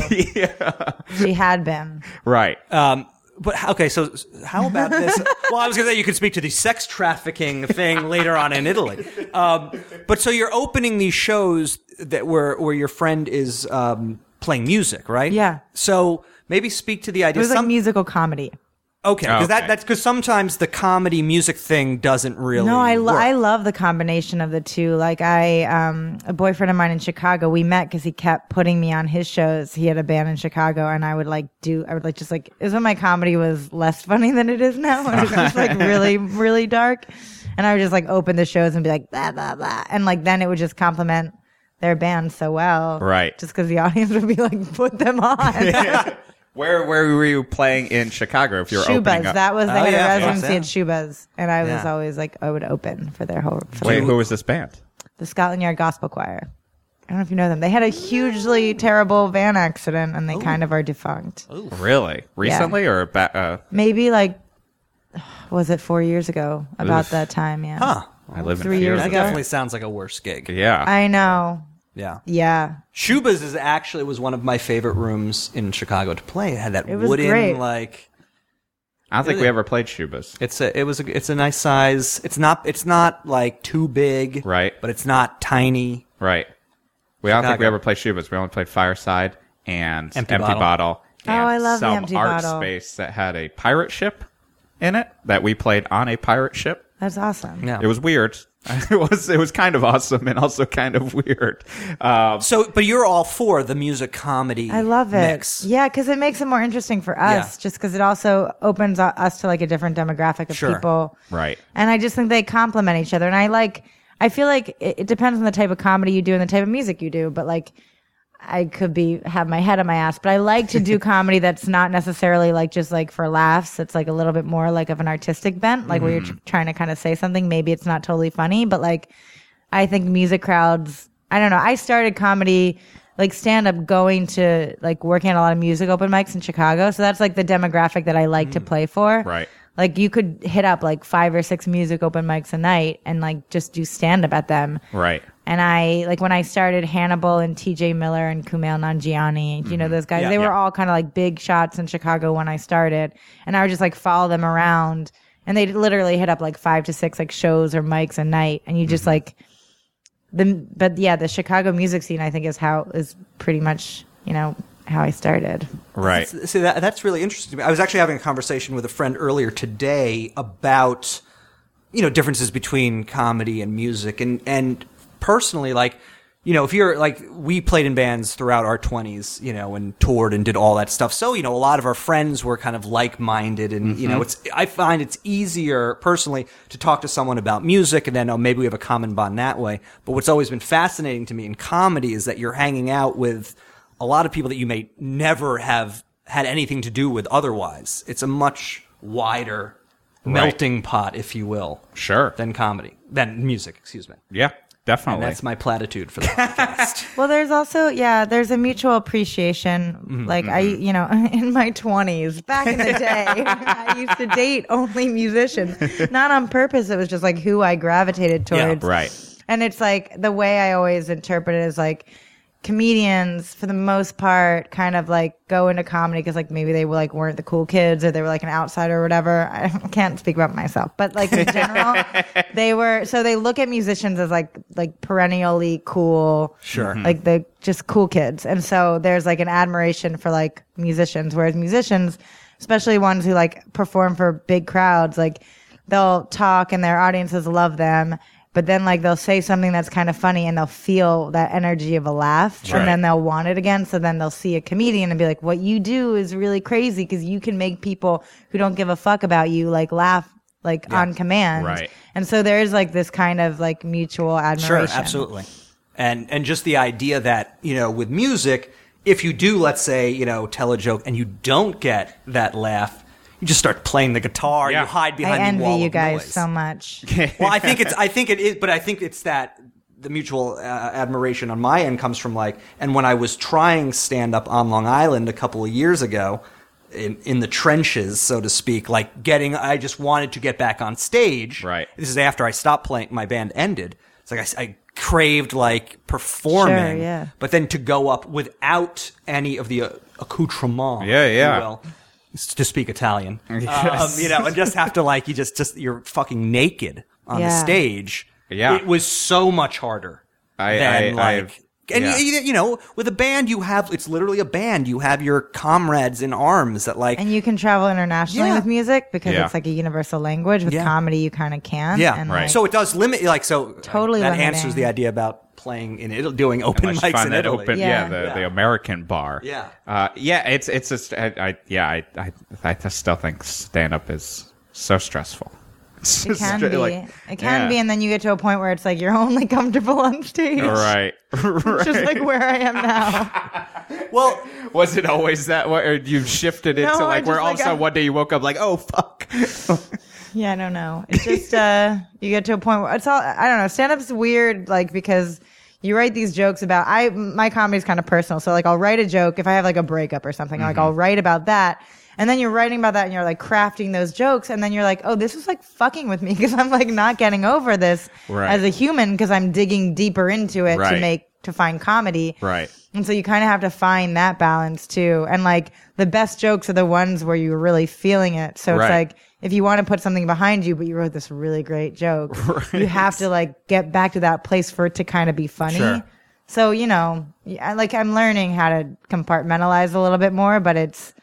Speaker 6: She had been.
Speaker 3: right.
Speaker 2: Um, But okay, so how about
Speaker 3: [laughs]
Speaker 2: this? well, I was going to say you could speak to the sex trafficking thing later on in Italy. Um, but so you're opening these shows that where where your friend is um, playing music, right?
Speaker 6: Yeah.
Speaker 2: So maybe speak to the idea.
Speaker 6: It was like
Speaker 2: some-
Speaker 6: musical comedy.
Speaker 2: okay, because that,
Speaker 3: Okay.
Speaker 2: that's because sometimes the comedy music thing doesn't really.
Speaker 6: No, I, lo-
Speaker 2: work.
Speaker 6: I love the combination of the two. Like I, um, a boyfriend of mine in Chicago, we met because he kept putting me on his shows. He had a band in Chicago, and I would like do, I would like just like is when my comedy was less [laughs] funny than it is now. It was
Speaker 3: [laughs]
Speaker 6: just like really, really dark, and I would just like open the shows and be like blah blah blah, and like then it would just compliment their band so well,
Speaker 3: Right.
Speaker 6: Just because the audience [laughs] would be like, put
Speaker 3: [laughs]
Speaker 6: them on. [laughs]
Speaker 3: Where where were you playing in Chicago? If you were opening
Speaker 6: Shubas.
Speaker 3: up,
Speaker 6: That was they
Speaker 2: Oh,
Speaker 6: had
Speaker 2: yeah,
Speaker 6: a
Speaker 2: yeah.
Speaker 6: residency at Shubas, and I was
Speaker 2: Yeah.
Speaker 6: always like, I would open for their whole for
Speaker 3: wait,
Speaker 6: the-
Speaker 3: who was this band?
Speaker 6: the Scotland Yard Gospel Choir. I don't know if you know them. They had a hugely terrible van accident, and they
Speaker 2: Oh.
Speaker 6: kind of are defunct.
Speaker 3: Really? Recently or ba- uh,
Speaker 6: Maybe like was it four years ago? About
Speaker 3: Oof.
Speaker 6: that time, yeah.
Speaker 2: Huh.
Speaker 3: I live
Speaker 6: Three
Speaker 3: in fear
Speaker 6: years
Speaker 3: of
Speaker 2: That
Speaker 6: ago.
Speaker 3: that.
Speaker 2: definitely sounds like a worse gig.
Speaker 3: Yeah.
Speaker 6: I know.
Speaker 2: Yeah.
Speaker 6: Yeah,
Speaker 2: Shuba's is actually was one of my favorite rooms in Chicago to play. It had that
Speaker 6: It was
Speaker 2: wooden
Speaker 6: great.
Speaker 2: like
Speaker 3: I don't think we ever played Shubas.
Speaker 2: it's a it was a, it's a nice size. It's not it's not like too big,
Speaker 3: Right.
Speaker 2: But it's not tiny.
Speaker 3: Right. We don't think
Speaker 2: Chicago.
Speaker 3: we ever played Shubas. We only played Fireside and
Speaker 2: Empty
Speaker 3: Empty,
Speaker 2: Bottle.
Speaker 3: Bottle.
Speaker 6: Oh,
Speaker 3: and
Speaker 6: I love the
Speaker 3: some
Speaker 6: Empty
Speaker 3: art
Speaker 6: Bottle.
Speaker 3: space that had a pirate ship in it that we played on a pirate ship.
Speaker 6: that's awesome.
Speaker 2: Yeah.
Speaker 3: It was weird. [laughs] it was it was kind of awesome and also kind of [laughs] weird. Um,
Speaker 2: So, but you're all for the music comedy.
Speaker 6: I love it.
Speaker 2: mix.
Speaker 6: Yeah, because it makes it more interesting for us,
Speaker 2: Yeah.
Speaker 6: just because it also opens u- us to like a different demographic of
Speaker 2: Sure.
Speaker 6: people.
Speaker 3: Right.
Speaker 6: And I just think they complement each other. And I like, I feel like it, it depends on the type of comedy you do and the type of music you do, but like, I could be have my head on my ass, but I like
Speaker 3: [laughs]
Speaker 6: to do comedy that's not necessarily like just like for laughs. It's like a little bit more like of an artistic bent, like where you're
Speaker 3: Mm-hmm.
Speaker 6: tr- trying to kind of say something. Maybe it's not totally funny, but like I think music crowds. I don't know. I started comedy like stand up going to like working at a lot of music open mics in Chicago. So that's like the demographic that I like to play for.
Speaker 3: Mm. Right.
Speaker 6: Like you could hit up like five or six music open mics a night and like just do stand up at them.
Speaker 3: Right.
Speaker 6: And I like when I started Hannibal and TJ Miller and Kumail Nanjiani, you know, those guys,
Speaker 2: Mm-hmm. Yeah,
Speaker 6: they were
Speaker 2: yeah.
Speaker 6: all kind of like big shots in Chicago when I started. And I would just like follow them around and they literally hit up like five to six like shows or mics a night. And you
Speaker 2: Mm-hmm.
Speaker 6: just like the, but yeah, the Chicago music scene, I think is how is pretty much, you know, how I started.
Speaker 3: Right.
Speaker 2: See, that, that's really interesting to me. I was actually having a conversation with a friend earlier today about, you know, differences between comedy and music. And, and personally, like, you know, if you're like, we played in bands throughout our 20s, you know, and toured and did all that stuff. So, you know, a lot of our friends were kind of like minded. And, you know, it's, I find it's easier personally to talk to someone about music and then, oh, maybe we have a common bond that way. But what's always been fascinating to me in comedy is that you're hanging out with, a lot of people that you may never have had anything to do with otherwise. It's a much wider melting pot, if you will,
Speaker 3: Sure.
Speaker 2: than comedy, than music, excuse me.
Speaker 3: yeah. Definitely.
Speaker 2: That's my platitude
Speaker 3: [laughs]
Speaker 2: for the podcast.
Speaker 6: Well, there's also yeah, there's a mutual appreciation. Like I, you know, [laughs] in my twenties, back in the day, I used to date only musicians, not on purpose. It was just like who I gravitated
Speaker 2: Yeah,
Speaker 6: towards.
Speaker 3: right.
Speaker 6: And it's like the way I always interpret it is like comedians for the most part kind of like go into comedy because like maybe they were like weren't the cool kids or they were like an outsider or whatever i [laughs] can't speak about myself but like in general [laughs] they were so they look at musicians as like like perennially cool
Speaker 2: Sure.
Speaker 6: like the just cool kids and so there's like an admiration for like musicians whereas musicians especially ones who like perform for big crowds like they'll talk and their audiences love them but then like they'll say something that's kind of funny and they'll feel that energy of a laugh
Speaker 3: Right.
Speaker 6: and then they'll want it again so then they'll see a comedian and be like what you do is really crazy because you can make people who don't give a fuck about you like laugh like on command
Speaker 3: Right.
Speaker 6: and so there is like this kind of like mutual
Speaker 2: Sure,
Speaker 6: admiration
Speaker 2: absolutely. And and just the idea that you know with music, if you do, let's say you know tell a joke and you don't get that laugh, you just start playing the guitar.
Speaker 3: Yeah.
Speaker 2: You hide
Speaker 6: i
Speaker 2: behind the
Speaker 6: envy
Speaker 2: wall
Speaker 6: you
Speaker 2: of
Speaker 6: guys
Speaker 2: noise. [laughs]
Speaker 6: so much
Speaker 2: well, I think it's I think it is, but I think it's that the mutual uh, admiration on my end comes from like, and when I was trying stand up on Long Island a couple of years ago. In, in the trenches, so to speak, like getting, I just wanted to get back on stage.
Speaker 3: Right.
Speaker 2: This is after I stopped playing, my band ended. It's like I s- I, craved like performing,
Speaker 6: Sure, yeah.
Speaker 2: but then to go up without any of the uh, accoutrement,
Speaker 3: Yeah,
Speaker 2: if you
Speaker 3: yeah.
Speaker 2: will, s- to speak Italian.
Speaker 3: [laughs]
Speaker 2: Um, you know, and just have to like you just just you're fucking naked on the
Speaker 6: Yeah.
Speaker 2: stage.
Speaker 3: Yeah.
Speaker 2: it was so much harder
Speaker 3: I-
Speaker 2: than
Speaker 3: I-
Speaker 2: like.
Speaker 3: I've-
Speaker 2: and
Speaker 3: yeah.
Speaker 2: you, you know, with a band, you have it's literally a band. You have your comrades in arms that like
Speaker 6: And you can travel internationally
Speaker 2: Yeah.
Speaker 6: with music because
Speaker 3: Yeah.
Speaker 6: it's like a universal language. With
Speaker 2: Yeah.
Speaker 6: comedy, you kind of can't.
Speaker 2: Yeah,
Speaker 6: and
Speaker 3: right.
Speaker 6: Like,
Speaker 2: so it does limit, like, so
Speaker 6: Totally
Speaker 2: that
Speaker 6: limiting.
Speaker 2: answers the idea about playing in Italy, doing open
Speaker 3: Unless you
Speaker 2: mics
Speaker 3: find
Speaker 2: in
Speaker 3: that
Speaker 2: Italy.
Speaker 3: open, yeah,
Speaker 6: Yeah.
Speaker 3: the,
Speaker 2: Yeah.
Speaker 3: the American bar,
Speaker 2: Yeah.
Speaker 3: uh, yeah. It's it's just I, I yeah I, I I just still think stand up is so stressful. [laughs]
Speaker 6: It can be. it can be, and then you get to a point where it's like you're [laughs] only comfortable on stage. [laughs]
Speaker 3: right. [laughs]
Speaker 6: It's just like where I am
Speaker 2: [laughs]
Speaker 6: now.
Speaker 2: Well,
Speaker 3: Was it always that way, or you shifted it
Speaker 6: No,
Speaker 3: to
Speaker 6: I
Speaker 3: like where all
Speaker 6: just,
Speaker 3: of
Speaker 6: like,
Speaker 3: a sudden
Speaker 6: I-
Speaker 3: one day you woke up like oh fuck. [laughs]
Speaker 6: yeah, I don't know. It's just uh, you get to a point where it's all. I don't know. Stand up's weird, like because you write these jokes about. I my comedy's kind of personal, so like I'll write a joke if I have like a breakup or something. Like
Speaker 3: Mm-hmm.
Speaker 6: I'll write about that. And then you're writing about that and you're like crafting those jokes. And then you're like, oh, this is like fucking with me because I'm like not getting over this
Speaker 3: Right.
Speaker 6: as a human because I'm digging deeper into it to
Speaker 3: Right.
Speaker 6: make, to find comedy.
Speaker 3: Right.
Speaker 6: And so you kind of have to find that balance too. And like the best jokes are the ones where you're really feeling it. So
Speaker 3: Right.
Speaker 6: it's like if you want to put something behind you, but you wrote this really great
Speaker 3: [laughs]
Speaker 6: joke, you have to like get back to that place for it to kind of be funny.
Speaker 3: Sure.
Speaker 6: So, you know, I, like I'm learning how to compartmentalize a little bit more, but it's,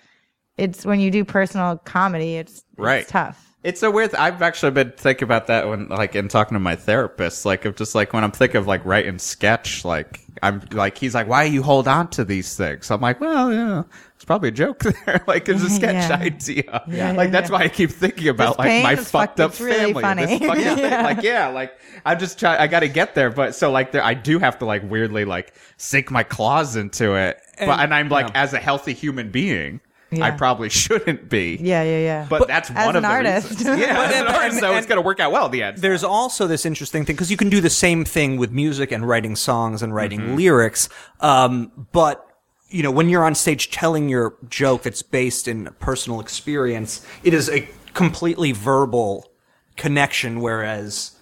Speaker 6: it's when you do personal comedy, it's,
Speaker 3: Right.
Speaker 6: it's tough.
Speaker 3: It's so weird. I've actually been thinking about that when, like, in talking to my therapist, like, of just like when I'm thinking of like writing sketch, like, I'm like, he's like, why you hold on to these things? I'm like, well, yeah, it's probably a joke [laughs] there. like, it's a sketch
Speaker 6: Yeah.
Speaker 3: idea.
Speaker 6: Yeah,
Speaker 3: like,
Speaker 6: yeah,
Speaker 3: that's
Speaker 6: yeah.
Speaker 3: why I keep thinking about
Speaker 6: This
Speaker 3: like
Speaker 6: pain
Speaker 3: my
Speaker 6: is
Speaker 3: fucked
Speaker 6: fucked-
Speaker 3: up
Speaker 6: it's really
Speaker 3: family.
Speaker 6: funny.
Speaker 3: This fucked up thing.
Speaker 6: [laughs] Yeah.
Speaker 3: Like, yeah, like, I'm just trying, I got to get there. But so, like, there, I do have to like weirdly like sink my claws into it. but, and I'm like, as a healthy human being, I
Speaker 6: Yeah.
Speaker 3: probably [laughs] shouldn't be.
Speaker 6: Yeah. Yeah. Yeah.
Speaker 3: But, that's
Speaker 6: as
Speaker 3: one
Speaker 6: an
Speaker 3: of the [laughs]
Speaker 6: artist. [laughs]
Speaker 3: reasons. Yeah, as an
Speaker 2: and-
Speaker 3: artist, so
Speaker 2: and-
Speaker 3: it's going to work out well at the end.
Speaker 2: there's also this interesting thing because you can do the same thing with music and writing songs and writing
Speaker 3: Mm-hmm.
Speaker 2: lyrics. Um, but you know, when you're on stage telling your joke that's based in personal experience, it is a completely verbal connection. Whereas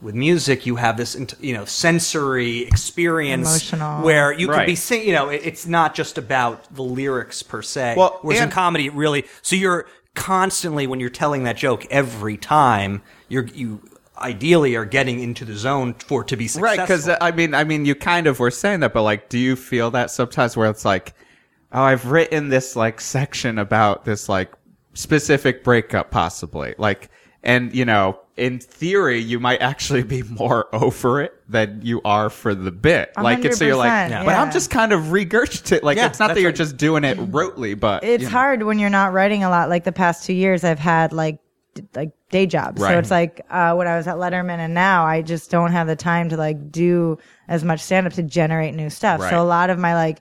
Speaker 2: with music, you have this, int- you know, sensory experience
Speaker 6: Emotional.
Speaker 2: where you could be
Speaker 3: Right.
Speaker 2: sing. You know, it, it's not just about the lyrics per se.
Speaker 3: Well,
Speaker 2: whereas in
Speaker 3: and-
Speaker 2: comedy, it really, so you're constantly when you're telling that joke every time you're you ideally are getting into the zone for it to be successful.
Speaker 3: right because i mean i mean you kind of were saying that but like do you feel that sometimes where it's like oh i've written this like section about this like specific breakup possibly like and you know in theory you might actually be more [laughs] over it than you are for the bit like it's so you're like
Speaker 6: 100%, Yeah.
Speaker 3: but i'm
Speaker 6: yeah.
Speaker 3: just kind of regurgitating like
Speaker 2: Yeah,
Speaker 3: it's not
Speaker 2: that's
Speaker 3: that you're
Speaker 2: right.
Speaker 3: just doing it rotely but
Speaker 6: it's
Speaker 3: you know.
Speaker 6: hard when you're not writing a lot. Like the past two years, I've had like d- like day jobs,
Speaker 3: Right.
Speaker 6: so it's like uh, when I was at Letterman and now I just don't have the time to like do as much stand up to generate new stuff.
Speaker 3: Right.
Speaker 6: So a lot of my like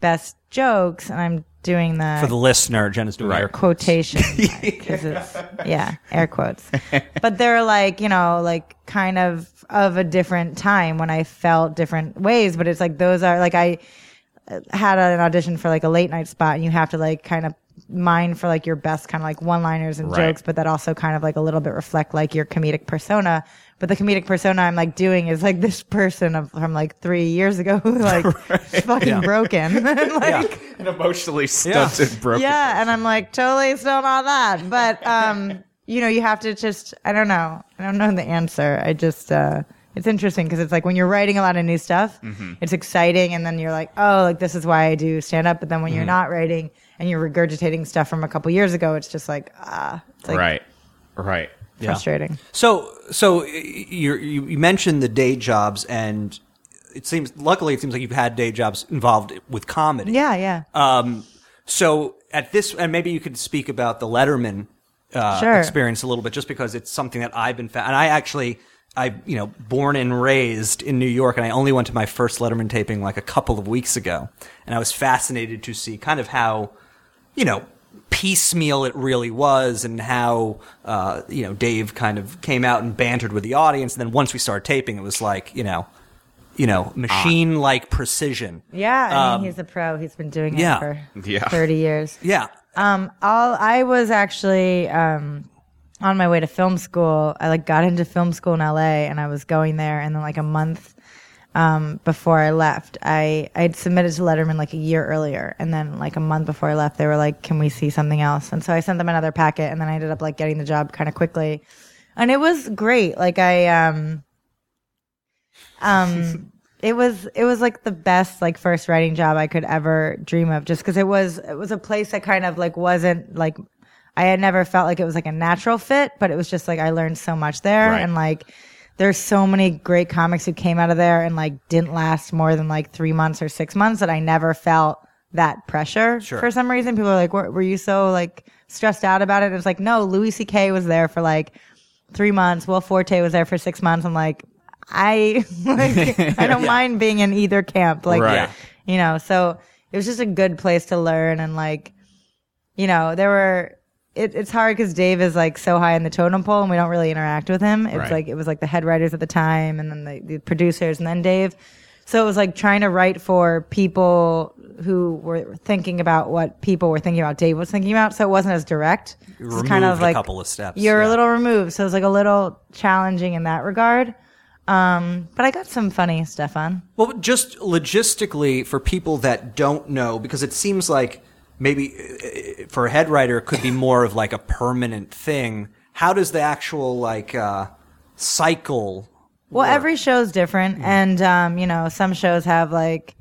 Speaker 6: best jokes, and I'm doing the,
Speaker 2: for the listener, Jenna's doing
Speaker 3: Right.
Speaker 2: air quotes.
Speaker 3: [laughs]
Speaker 6: quotation because it's yeah air quotes, but they're like you know like kind of of a different time when I felt different ways. But it's like those are like I uh, had an audition for like a late night spot and you have to like kind of mine for like your best kind of like one liners and
Speaker 3: Right.
Speaker 6: jokes but that also kind of like a little bit reflect like your comedic persona but the comedic persona i'm like doing is like this person of, from like three years ago
Speaker 3: [laughs]
Speaker 6: who like is fucking broken [laughs] And, like
Speaker 3: [laughs] an emotionally stunted broken
Speaker 6: yeah and i'm like totally still not
Speaker 3: [laughs]
Speaker 6: that but um you know you have to just i don't know i don't know the answer i just uh it's interesting because it's like when you're writing a lot of new stuff
Speaker 3: Mm-hmm.
Speaker 6: it's exciting and then you're like oh like this is why i do stand up but then when
Speaker 3: Mm-hmm.
Speaker 6: you're not writing and you're regurgitating stuff from a couple years ago it's just like ah it's like
Speaker 3: right right
Speaker 6: frustrating
Speaker 2: So, so y- you're, you you mentioned the day jobs, and it seems luckily it seems like you've had day jobs involved with comedy.
Speaker 6: yeah yeah
Speaker 3: Uh,
Speaker 2: Um, so at this, and maybe you could speak about the Letterman uh,
Speaker 6: Sure.
Speaker 2: experience a little bit, just because it's something that I've been, fa- and I actually, I you know, born and raised in New York, and I only went to my first Letterman taping like a couple of weeks ago, and I was fascinated to see kind of how, you know. Piecemeal it really was, and how uh, you know Dave kind of came out and bantered with the audience, and then once we started taping, it was like you know, you know, machine like precision.
Speaker 6: yeah i mean he's a pro he's been doing it
Speaker 2: yeah.
Speaker 6: for
Speaker 3: um, Yeah.
Speaker 6: 30 years
Speaker 2: Yeah,
Speaker 6: Um, all I was actually um, on my way to film school. I like got into film school in LA, and I was going there, and then like a month um, before I left. I I'd submitted to Letterman like a year earlier, and then like a month before I left, they were like, "Can we see something else?" And so I sent them another packet, and then I ended up like getting the job kind of quickly, and it was great. Like I um um. It was it was like the best like first writing job I could ever dream of just because it was it was a place that kind of like wasn't like I had never felt like it was like a natural fit, but it was just like I learned so much there
Speaker 5: Right.
Speaker 6: and like there's so many great comics who came out of there and like didn't last more than like three months or six months that I never felt that pressure for some reason. People are like, were, were you so like stressed out about it? And it's like, no, Louis C.K. was there for like three months. Will Forte was there for six months. I'm like, I [laughs]
Speaker 5: [laughs]
Speaker 6: like, I don't mind being in either camp. Like,
Speaker 5: Right.
Speaker 6: you know, so it was just a good place to learn and like, you know, there were. It, it's hard because Dave is like so high in the totem pole, and we don't really interact with him. It's
Speaker 5: Right.
Speaker 6: like it was like the head writers at the time, and then the, the producers, and then Dave. So it was like trying to write for people who were thinking about what people were thinking about. Dave was thinking about, so it wasn't as direct. It's
Speaker 2: Removed
Speaker 6: kind of
Speaker 2: a
Speaker 6: like
Speaker 2: couple of steps,
Speaker 6: You're
Speaker 2: yeah.
Speaker 6: a little removed, so it was like a little challenging in that regard. Um, but I got some funny stuff on.
Speaker 2: Well, just logistically for people that don't know, because it seems like maybe uh, for a head writer it could be more of like a permanent thing. How does the actual like uh, cycle?
Speaker 6: Well, every show's different, and um, you know, some shows have like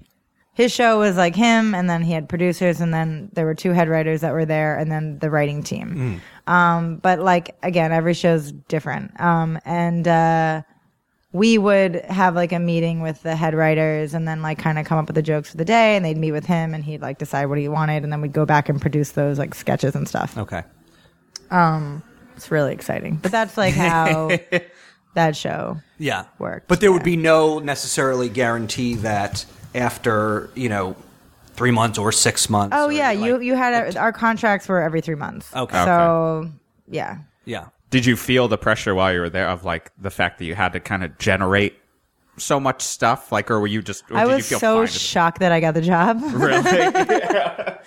Speaker 6: his show was like him, and then he had producers, and then there were two head writers that were there, and then the writing team. Um, but like again, every show's different, um, and uh, we would have like a meeting with the head writers, and then like kind of come up with the jokes for the day, and they'd meet with him, and he'd like decide what he wanted, and then we'd go back and produce those like sketches and stuff.
Speaker 2: Okay.
Speaker 6: It's really exciting, but that's like how that show.
Speaker 2: Yeah.
Speaker 6: Worked,
Speaker 2: But there would be
Speaker 6: yeah.
Speaker 2: no necessarily guarantee that after, you know, three months or six months.
Speaker 6: Oh
Speaker 2: or,
Speaker 6: yeah, you
Speaker 2: like-
Speaker 6: you had a, our contracts were every three months.
Speaker 2: Okay.
Speaker 6: So yeah,
Speaker 2: Yeah.
Speaker 3: Did you feel the pressure while you were there of like the fact that you had to kind of generate so much stuff? Like, or were you just? Or
Speaker 6: I
Speaker 3: did you
Speaker 6: was
Speaker 3: feel
Speaker 6: so
Speaker 3: fine?
Speaker 6: shocked that I got the job
Speaker 3: [laughs]
Speaker 6: [laughs]
Speaker 3: Really?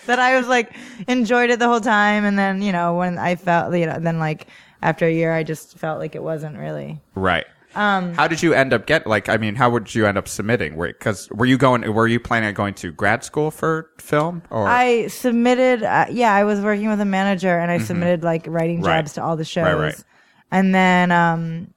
Speaker 6: that I was like enjoyed it the whole time, and then you know when I felt you know then like after a year I just felt like it wasn't really.
Speaker 3: right. Um, how did you end up get like? I mean, how would you end up submitting? Because were you going? Were you planning on going to grad school for film? Or
Speaker 6: I submitted. Uh, yeah, I was working with a manager, and I submitted like writing
Speaker 3: Mm-hmm. Right.
Speaker 6: jobs to all the shows,
Speaker 3: Right, right.
Speaker 6: and then um.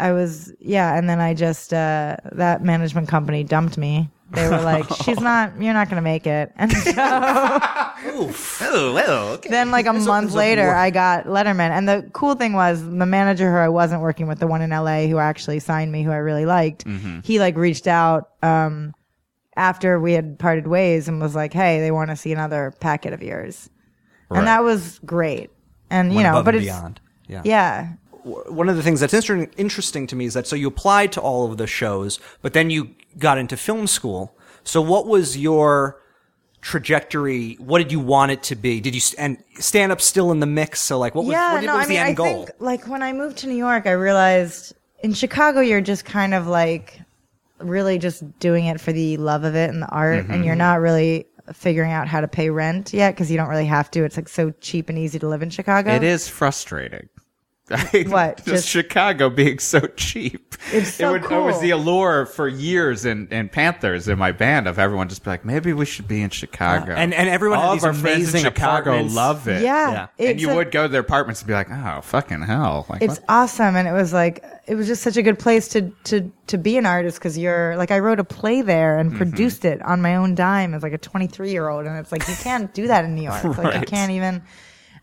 Speaker 6: I was yeah, and then I just uh that management company dumped me. They
Speaker 3: [laughs]
Speaker 6: were like, "She's not, you're not gonna make it," and so
Speaker 3: oh, well, okay.
Speaker 6: then like a month later i got letterman and the cool thing was the manager who i wasn't working with the one in la who actually signed me who i really liked
Speaker 2: Mm-hmm.
Speaker 6: he like reached out um after we had parted ways and was like hey they want to see another packet of yours
Speaker 3: Right.
Speaker 6: and that was great and you
Speaker 2: Went
Speaker 6: know
Speaker 2: above
Speaker 6: but
Speaker 2: and
Speaker 6: it's
Speaker 2: beyond. Yeah.
Speaker 6: yeah
Speaker 2: One of the things that's inter- interesting to me is that so you applied to all of the shows, but then you got into film school. So what was your trajectory? What did you want it to be? Did you st- and stand up still in the mix? So like what was,
Speaker 6: yeah
Speaker 2: what, did-
Speaker 6: no
Speaker 2: what was
Speaker 6: i mean
Speaker 2: the end
Speaker 6: i
Speaker 2: goal?
Speaker 6: think like when i moved to new york i realized in chicago you're just kind of like really just doing it for the love of it and the art
Speaker 2: Mm-hmm.
Speaker 6: and you're not really figuring out how to pay rent yet because you don't really have to it's like so cheap and easy to live in chicago
Speaker 3: It is frustrating. [laughs]
Speaker 6: What,
Speaker 3: just,
Speaker 6: just-
Speaker 3: Chicago being so cheap.
Speaker 6: It's so
Speaker 3: it, would, it was
Speaker 6: cool.
Speaker 3: the allure for years in, in Panthers in my band of everyone just be like, maybe we should be in Chicago.
Speaker 2: And- and everyone had
Speaker 3: All
Speaker 2: these
Speaker 3: of our friends in
Speaker 2: amazing
Speaker 3: Chicago
Speaker 2: apartments.
Speaker 3: love it.
Speaker 6: Yeah, Yeah.
Speaker 3: and
Speaker 6: it's
Speaker 3: you
Speaker 6: a-
Speaker 3: would go to their apartments and be like, oh fucking hell! Like,
Speaker 6: it's
Speaker 3: what?
Speaker 6: awesome and it was like it was just such a good place to to to be an artist because you're like i wrote a play there
Speaker 2: Mm-hmm.
Speaker 6: and produced it on my own dime as like a 23 year old and it's like you can't do that
Speaker 2: [laughs]
Speaker 6: in new york [laughs] like you can't even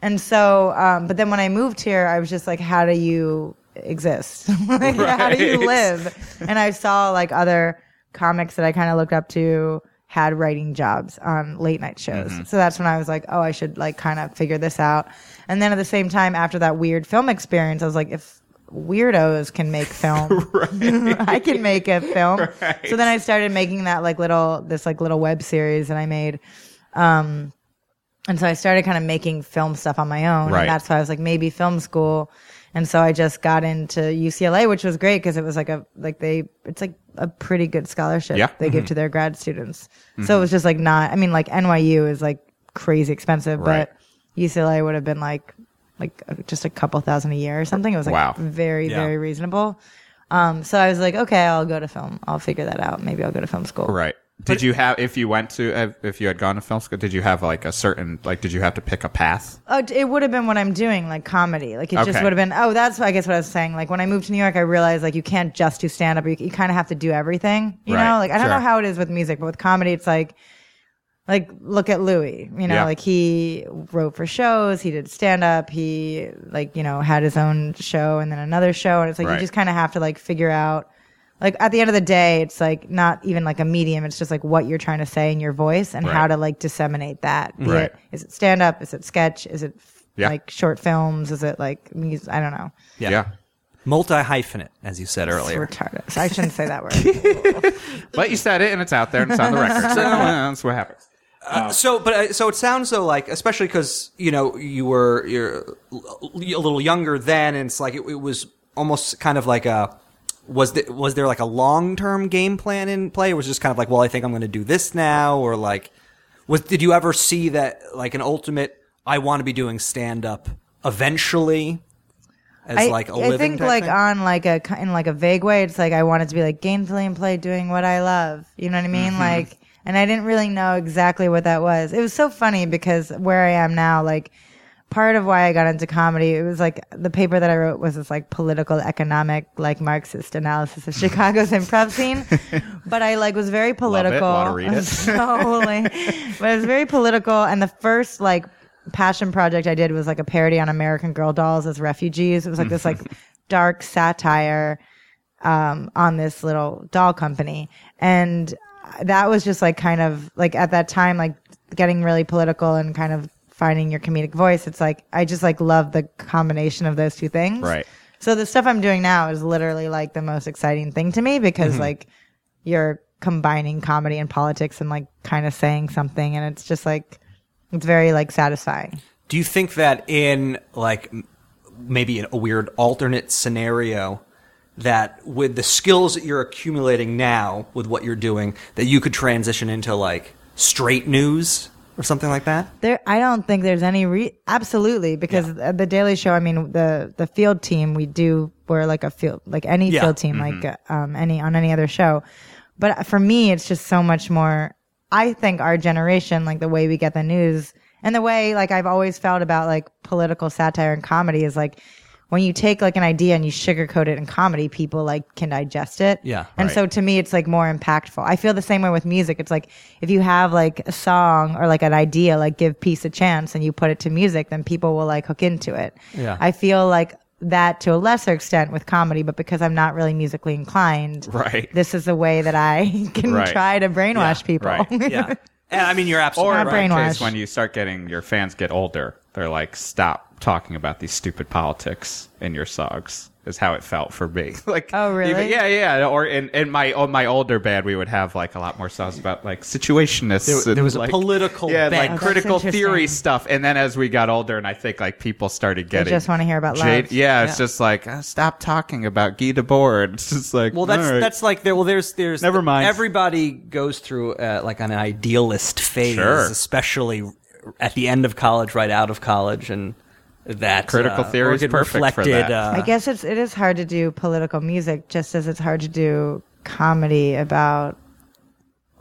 Speaker 6: and so um but then when i moved here i was just like how do you exist [laughs] like how do you
Speaker 3: Right.
Speaker 6: live and i saw like other comics that i kind of looked up to had writing jobs on late night shows so that's when i was like oh i should like kind of figure this out and then at the same time after that weird film experience i was like if weirdos can make film [laughs] i can make
Speaker 3: [laughs]
Speaker 6: a film so then i started making that like little this like little web series that i made Um, and so I started kind of making film stuff on my own.
Speaker 3: Right.
Speaker 6: And that's why I was like, maybe film school. And so I just got into UCLA, which was great because it was like a, like they, it's like a pretty good scholarship
Speaker 3: Yeah. Mm-hmm.
Speaker 6: they give to their grad students. So it was just like not, I mean, like NYU is like crazy expensive,
Speaker 3: Right.
Speaker 6: but UCLA would have been like, like uh, just a couple thousand a year or something. It was like
Speaker 3: Wow.
Speaker 6: very,
Speaker 2: Yeah.
Speaker 6: very reasonable. Um, so I was like, okay, I'll go to film. I'll figure that out. Maybe I'll go to film school.
Speaker 3: Right. Did you have if you went to if you had gone to film school? Did you have like a certain like? Did you have to pick a path?
Speaker 6: Oh, d- it would have been what I'm doing, like comedy. Like it
Speaker 3: Okay.
Speaker 6: just would have been. Oh, that's I guess what I was saying. Like when I moved to New York, I realized like you can't just do stand up. You, you kind of have to do everything. You
Speaker 3: Right.
Speaker 6: know, like I don't
Speaker 3: Sure.
Speaker 6: know how it is with music, but with comedy, it's like, like look at Louis. You know,
Speaker 3: Yeah.
Speaker 6: like he wrote for shows, he did stand up, he like you know had his own show and then another show, and it's like
Speaker 3: Right.
Speaker 6: you just kind of have to like figure out. Like at the end of the day, it's like not even like a medium. It's just like what you're trying to say in your voice and how
Speaker 3: Right.
Speaker 6: to like disseminate that. Be
Speaker 3: Right.
Speaker 6: it is it stand up? Is it sketch? Is it f-
Speaker 3: Yeah.
Speaker 6: like short films? Is it like music? I don't know.
Speaker 2: Yeah. Multi hyphenate, as you said
Speaker 6: It's
Speaker 2: earlier.
Speaker 6: retarded. I shouldn't say that word.
Speaker 3: But you said it, and it's out there, and it's on the
Speaker 6: [laughs]
Speaker 3: record. So that's what happens.
Speaker 2: So, but uh, so it sounds though like, especially because you know you were you're l- a little younger then, and it's like it, it was almost kind of like a was the, was there like a long term game plan in play? Or was it just kind of like, well, I think I'm going to do this now, or like, was did you ever see that like an ultimate? I want to be doing stand up eventually, as
Speaker 6: I,
Speaker 2: like a
Speaker 6: I
Speaker 2: living
Speaker 6: think
Speaker 2: type
Speaker 6: like
Speaker 2: thing?
Speaker 6: on like a in like a vague way, it's like I wanted to be like gainfully employed doing what I love. You know what I mean? Like, and I didn't really know exactly what that was. It was so funny because where I am now, like. Part of why I got into comedy, it was like the paper that I wrote was this like political economic like Marxist analysis of Chicago's improv scene, but I like was very
Speaker 3: Love it.
Speaker 6: political.
Speaker 3: Wanna read it?
Speaker 6: [laughs] so like, but it was very political. And the first like passion project I did was like a parody on American Girl dolls as refugees. It was like this like dark satire um, on this little doll company, and that was just like kind of like at that time like getting really political and kind of finding your comedic voice. It's like I just like love the combination of those two things.
Speaker 3: Right.
Speaker 6: So the stuff I'm doing now is literally like the most exciting thing to me because like you're combining comedy and politics and like kind of saying something and it's just like it's very like satisfying.
Speaker 2: Do you think that in like m- maybe in a weird alternate scenario that with the skills that you're accumulating now with what you're doing that you could transition into like straight news or something like that?
Speaker 6: There I don't think there's any re- absolutely because at the Daily Show I mean the the field team we do we're like a field like any
Speaker 2: Yeah.
Speaker 6: field team like
Speaker 2: Mm-hmm.
Speaker 6: uh, um any on any other show. But for me it's just so much more I think our generation like the way we get the news and the way like I've always felt about like political satire and comedy is like when you take like an idea and you sugarcoat it in comedy, people like can digest it.
Speaker 2: Yeah.
Speaker 6: And so to me, it's like more impactful. I feel the same way with music. It's like if you have like a song or like an idea, like give peace a chance and you put it to music, then people will like hook into it.
Speaker 2: Yeah.
Speaker 6: I feel like that to a lesser extent with comedy, but because I'm not really musically inclined,
Speaker 3: Right.
Speaker 6: this is a way that I [laughs] can
Speaker 3: Right.
Speaker 6: try to brainwash people. [laughs]
Speaker 2: [laughs]
Speaker 3: right.
Speaker 2: Yeah. Uh-huh. and I mean you're absolutely
Speaker 6: Or-
Speaker 2: right.
Speaker 3: In
Speaker 6: Brainwash.
Speaker 3: case when you start getting your fans get older, they're like, stop talking about these stupid politics in your songs. Is how it felt for me. [laughs] like,
Speaker 6: Oh, really?
Speaker 3: even- yeah, yeah. Or in, in my on my older band, we would have like a lot more songs about like situationists.
Speaker 2: There- there
Speaker 3: and,
Speaker 2: was a
Speaker 3: like-
Speaker 2: political
Speaker 3: yeah,
Speaker 2: bent.
Speaker 3: like
Speaker 6: Oh, that's
Speaker 3: critical theory
Speaker 6: interesting.
Speaker 3: stuff. And then as we got older, and I think like people started getting
Speaker 6: just wanna hear about
Speaker 3: jade-
Speaker 6: love.
Speaker 3: Yeah, it's
Speaker 2: Yeah.
Speaker 3: just like "Uh, stop talking about Guy Debord. [laughs] It's just like
Speaker 2: Well, that's
Speaker 3: all right.
Speaker 2: that's like there. Well, there's there's
Speaker 3: Never mind.
Speaker 2: Everybody goes through uh, like an idealist phase,
Speaker 3: Sure.
Speaker 2: especially at the end of college, right out of college, and that
Speaker 3: Critical
Speaker 2: uh,
Speaker 3: theory
Speaker 2: or
Speaker 3: is
Speaker 2: get
Speaker 3: perfect for
Speaker 2: reflected,
Speaker 3: that.
Speaker 2: Uh,
Speaker 6: I guess it's it is hard to do political music just as it's hard to do comedy about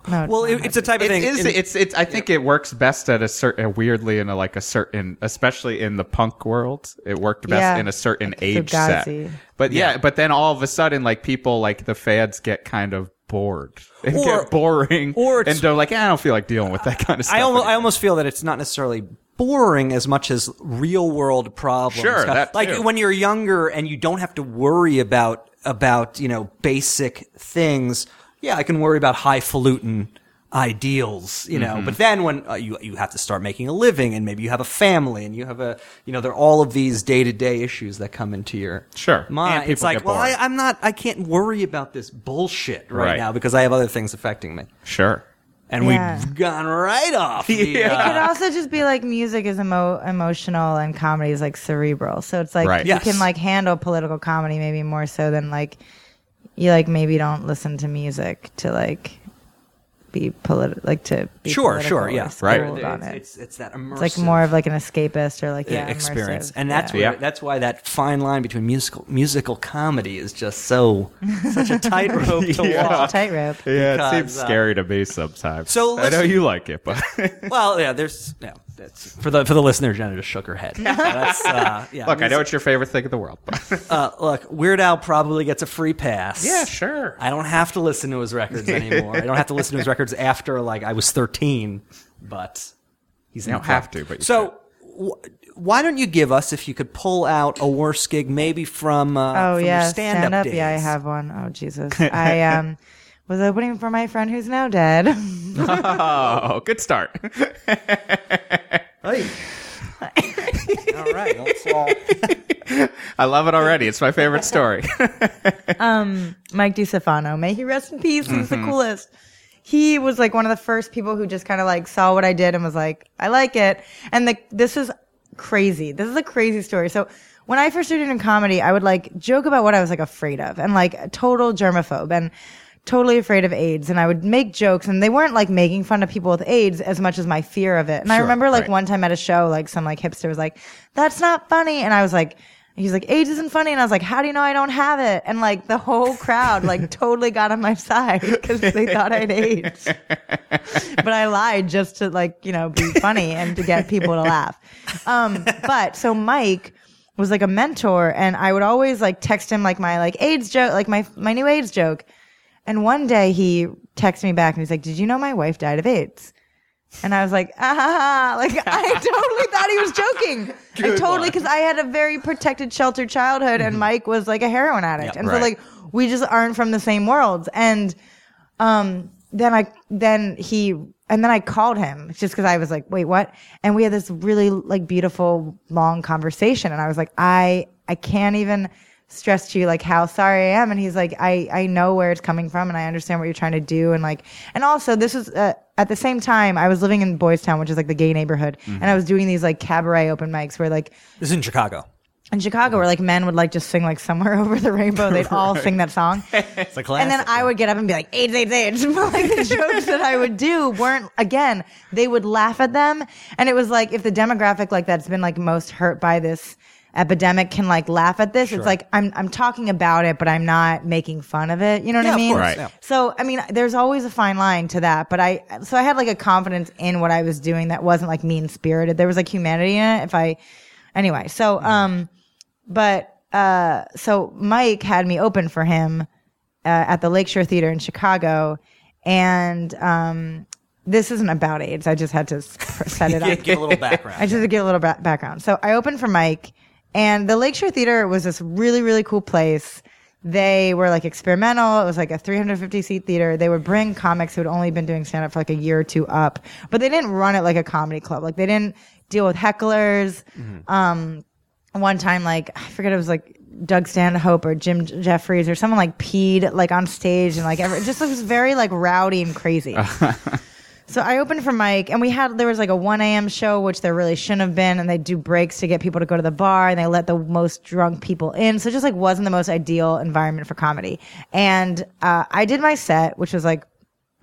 Speaker 6: no,
Speaker 2: well,
Speaker 6: not
Speaker 2: it, it's a type of
Speaker 3: It
Speaker 2: thing.
Speaker 3: is.
Speaker 2: in-
Speaker 3: it's. It's. I think it works best at a certain. Weirdly, in a, like a certain, especially in the punk world, it worked best
Speaker 6: Yeah.
Speaker 3: in a certain
Speaker 6: Like
Speaker 3: age
Speaker 6: Fugazi.
Speaker 3: set. But yeah. But then all of a sudden, like people, like the fads, get kind of bored. [laughs] It
Speaker 2: Or-
Speaker 3: get boring.
Speaker 2: or it's-
Speaker 3: and they're like, "Eh, I don't feel like dealing with that kind of stuff.
Speaker 2: I almost,
Speaker 3: anymore."
Speaker 2: I almost feel that it's not necessarily boring as much as real world problems.
Speaker 3: Sure, that
Speaker 2: like
Speaker 3: too.
Speaker 2: when you're younger and you don't have to worry about about you know basic things. Yeah, I can worry about highfalutin ideals, you
Speaker 3: Mm-hmm.
Speaker 2: know. But then when uh, you you have to start making a living and maybe you have a family and you have a you know there are all of these day to day issues that come into your
Speaker 3: Sure. And
Speaker 2: mind.
Speaker 3: people
Speaker 2: It's like
Speaker 3: get
Speaker 2: well, I,
Speaker 3: bored.
Speaker 2: I'm not I can't worry about this bullshit right
Speaker 3: Right.
Speaker 2: now because I have other things affecting me.
Speaker 3: sure.
Speaker 2: And
Speaker 6: Yeah.
Speaker 2: we've gone right off. the,
Speaker 3: Yeah.
Speaker 2: uh,
Speaker 3: [laughs]
Speaker 6: It could also just be like music is emo- emotional and comedy is like cerebral. So it's like
Speaker 3: Right.
Speaker 6: you
Speaker 2: Yes.
Speaker 6: can like handle political comedy maybe more so than like you like maybe don't listen to music to like be politi- like to be
Speaker 2: Sure, sure,
Speaker 6: political or
Speaker 2: yeah.
Speaker 3: Right.
Speaker 6: schooled on
Speaker 2: it's,
Speaker 6: it.
Speaker 2: it's, it's that immersive
Speaker 6: It's like more of like an escapist or like yeah,
Speaker 2: experience,
Speaker 6: immersive.
Speaker 2: and that's
Speaker 6: yeah.
Speaker 2: where,
Speaker 3: Yeah.
Speaker 2: that's why that fine line between musical musical comedy is just so such a tightrope
Speaker 6: [laughs]
Speaker 2: to walk.
Speaker 6: tightrope.
Speaker 3: Yeah,
Speaker 2: Because,
Speaker 3: it seems
Speaker 2: uh,
Speaker 3: scary to me sometimes.
Speaker 2: So
Speaker 3: I know
Speaker 2: listen-
Speaker 3: you like
Speaker 2: [laughs]
Speaker 3: it, but [laughs]
Speaker 2: Well, yeah, there's yeah, that's, for the for the listener, Jenna just shook her
Speaker 6: [laughs]
Speaker 2: head. That's, uh, yeah,
Speaker 3: look, I know it's your favorite thing in the world. But [laughs]
Speaker 2: Uh, look, Weird Al probably gets a free pass.
Speaker 3: sure.
Speaker 2: I don't have to listen to his
Speaker 3: [laughs]
Speaker 2: records anymore. I don't have to listen to his records after like I was 13, but he's
Speaker 3: You don't have to, but you
Speaker 2: So w- why don't you give us if you could pull out a worse gig maybe from uh
Speaker 6: Oh
Speaker 2: from
Speaker 6: yeah,
Speaker 2: your stand-up
Speaker 6: stand up.
Speaker 2: days.
Speaker 6: Yeah, I have one.
Speaker 2: [laughs]
Speaker 6: Oh Jesus, I um was opening for my friend who's now dead.
Speaker 3: [laughs] Oh, good start. [laughs]
Speaker 2: Hey.
Speaker 6: [laughs]
Speaker 2: all right. Let's uh, all
Speaker 3: I love it already. It's my favorite story. [laughs]
Speaker 6: Mike DiStefano. May he rest in peace. He's the coolest. He was like one of the first people who just kind of like saw what I did and was like, I like it. And the, this is crazy. This is a crazy story. So when I first started in comedy, I would like joke about what I was like afraid of and like a total germaphobe and totally afraid of AIDS. And I would make jokes and they weren't like making fun of people with AIDS as much as my fear of it. And I remember like
Speaker 3: right.
Speaker 6: one time at a show, like some like hipster was like, that's not funny. And I was like, He's like, AIDS isn't funny. And I was like, how do you know I don't have it? And like the whole crowd like [laughs] totally got on my side because they thought I had AIDS. but I lied just to like, you know, be funny and to get people to laugh. Um, but so Mike was like a mentor and I would always like text him like my like AIDS joke, like my, my new AIDS joke. And one day he texted me back and he's like, did you know my wife died of AIDS? And I was like, ah, ha, ha." like I totally thought he was joking. I totally because I had a very protected, sheltered childhood, and Mike was like a heroin addict, and so
Speaker 3: Right.
Speaker 6: like we just aren't from the same worlds. And um, then I then he and then I called him just because I was like, wait, what? And we had this really like beautiful long conversation, and I was like, I I can't even stress to you like how sorry I am. And he's like, I I know where it's coming from, and I understand what you're trying to do, and like, and also this is uh, at the same time I was living in Boys Town, which is like the gay neighborhood, and I was doing these like cabaret open mics where like
Speaker 2: This is in Chicago.
Speaker 6: in Chicago where like men would like just sing like somewhere [laughs] over the rainbow, they'd all sing that song.
Speaker 2: It's a classic.
Speaker 6: And then I would get up and be like, AIDS, AIDS, AIDS. [laughs] But like the jokes that I would do weren't, again, they would laugh at them. And it was like, if the demographic like that's been like most hurt by this epidemic can like laugh at this, it's like, I'm, I'm talking about it, but I'm not making fun of it. You know what
Speaker 2: Yeah,
Speaker 6: I
Speaker 2: of
Speaker 6: mean?
Speaker 2: course,
Speaker 3: Right. yeah.
Speaker 6: So, I mean, there's always a fine line to that, but I, so I had like a confidence in what I was doing that wasn't like mean spirited. There was like humanity in it. If I, anyway, so, um, but, uh, so Mike had me open for him uh, at the Lakeshore Theater in Chicago, and um, this isn't about AIDS. I just had to [laughs] s- set it
Speaker 2: [laughs] Yeah,
Speaker 6: up.
Speaker 2: give a little
Speaker 6: I [laughs]
Speaker 2: background.
Speaker 6: just had to give a little ba- background. So I opened for Mike, and the Lakeshore Theater was this really really cool place. They were like experimental. It was like a 350 seat theater. They would bring comics who had only been doing stand up for like a year or two up, but they didn't run it like a comedy club. Like they didn't deal with hecklers Um, one time, like I forget it was like Doug Stanhope or Jim J- Jeffries or someone like peed like on stage and like every, it just was very like rowdy and crazy. so I opened for Mike and we had there was like a one a.m. show which there really shouldn't have been and they do breaks to get people to go to the bar and they let the most drunk people in so it just like wasn't the most ideal environment for comedy and uh, I did my set which was like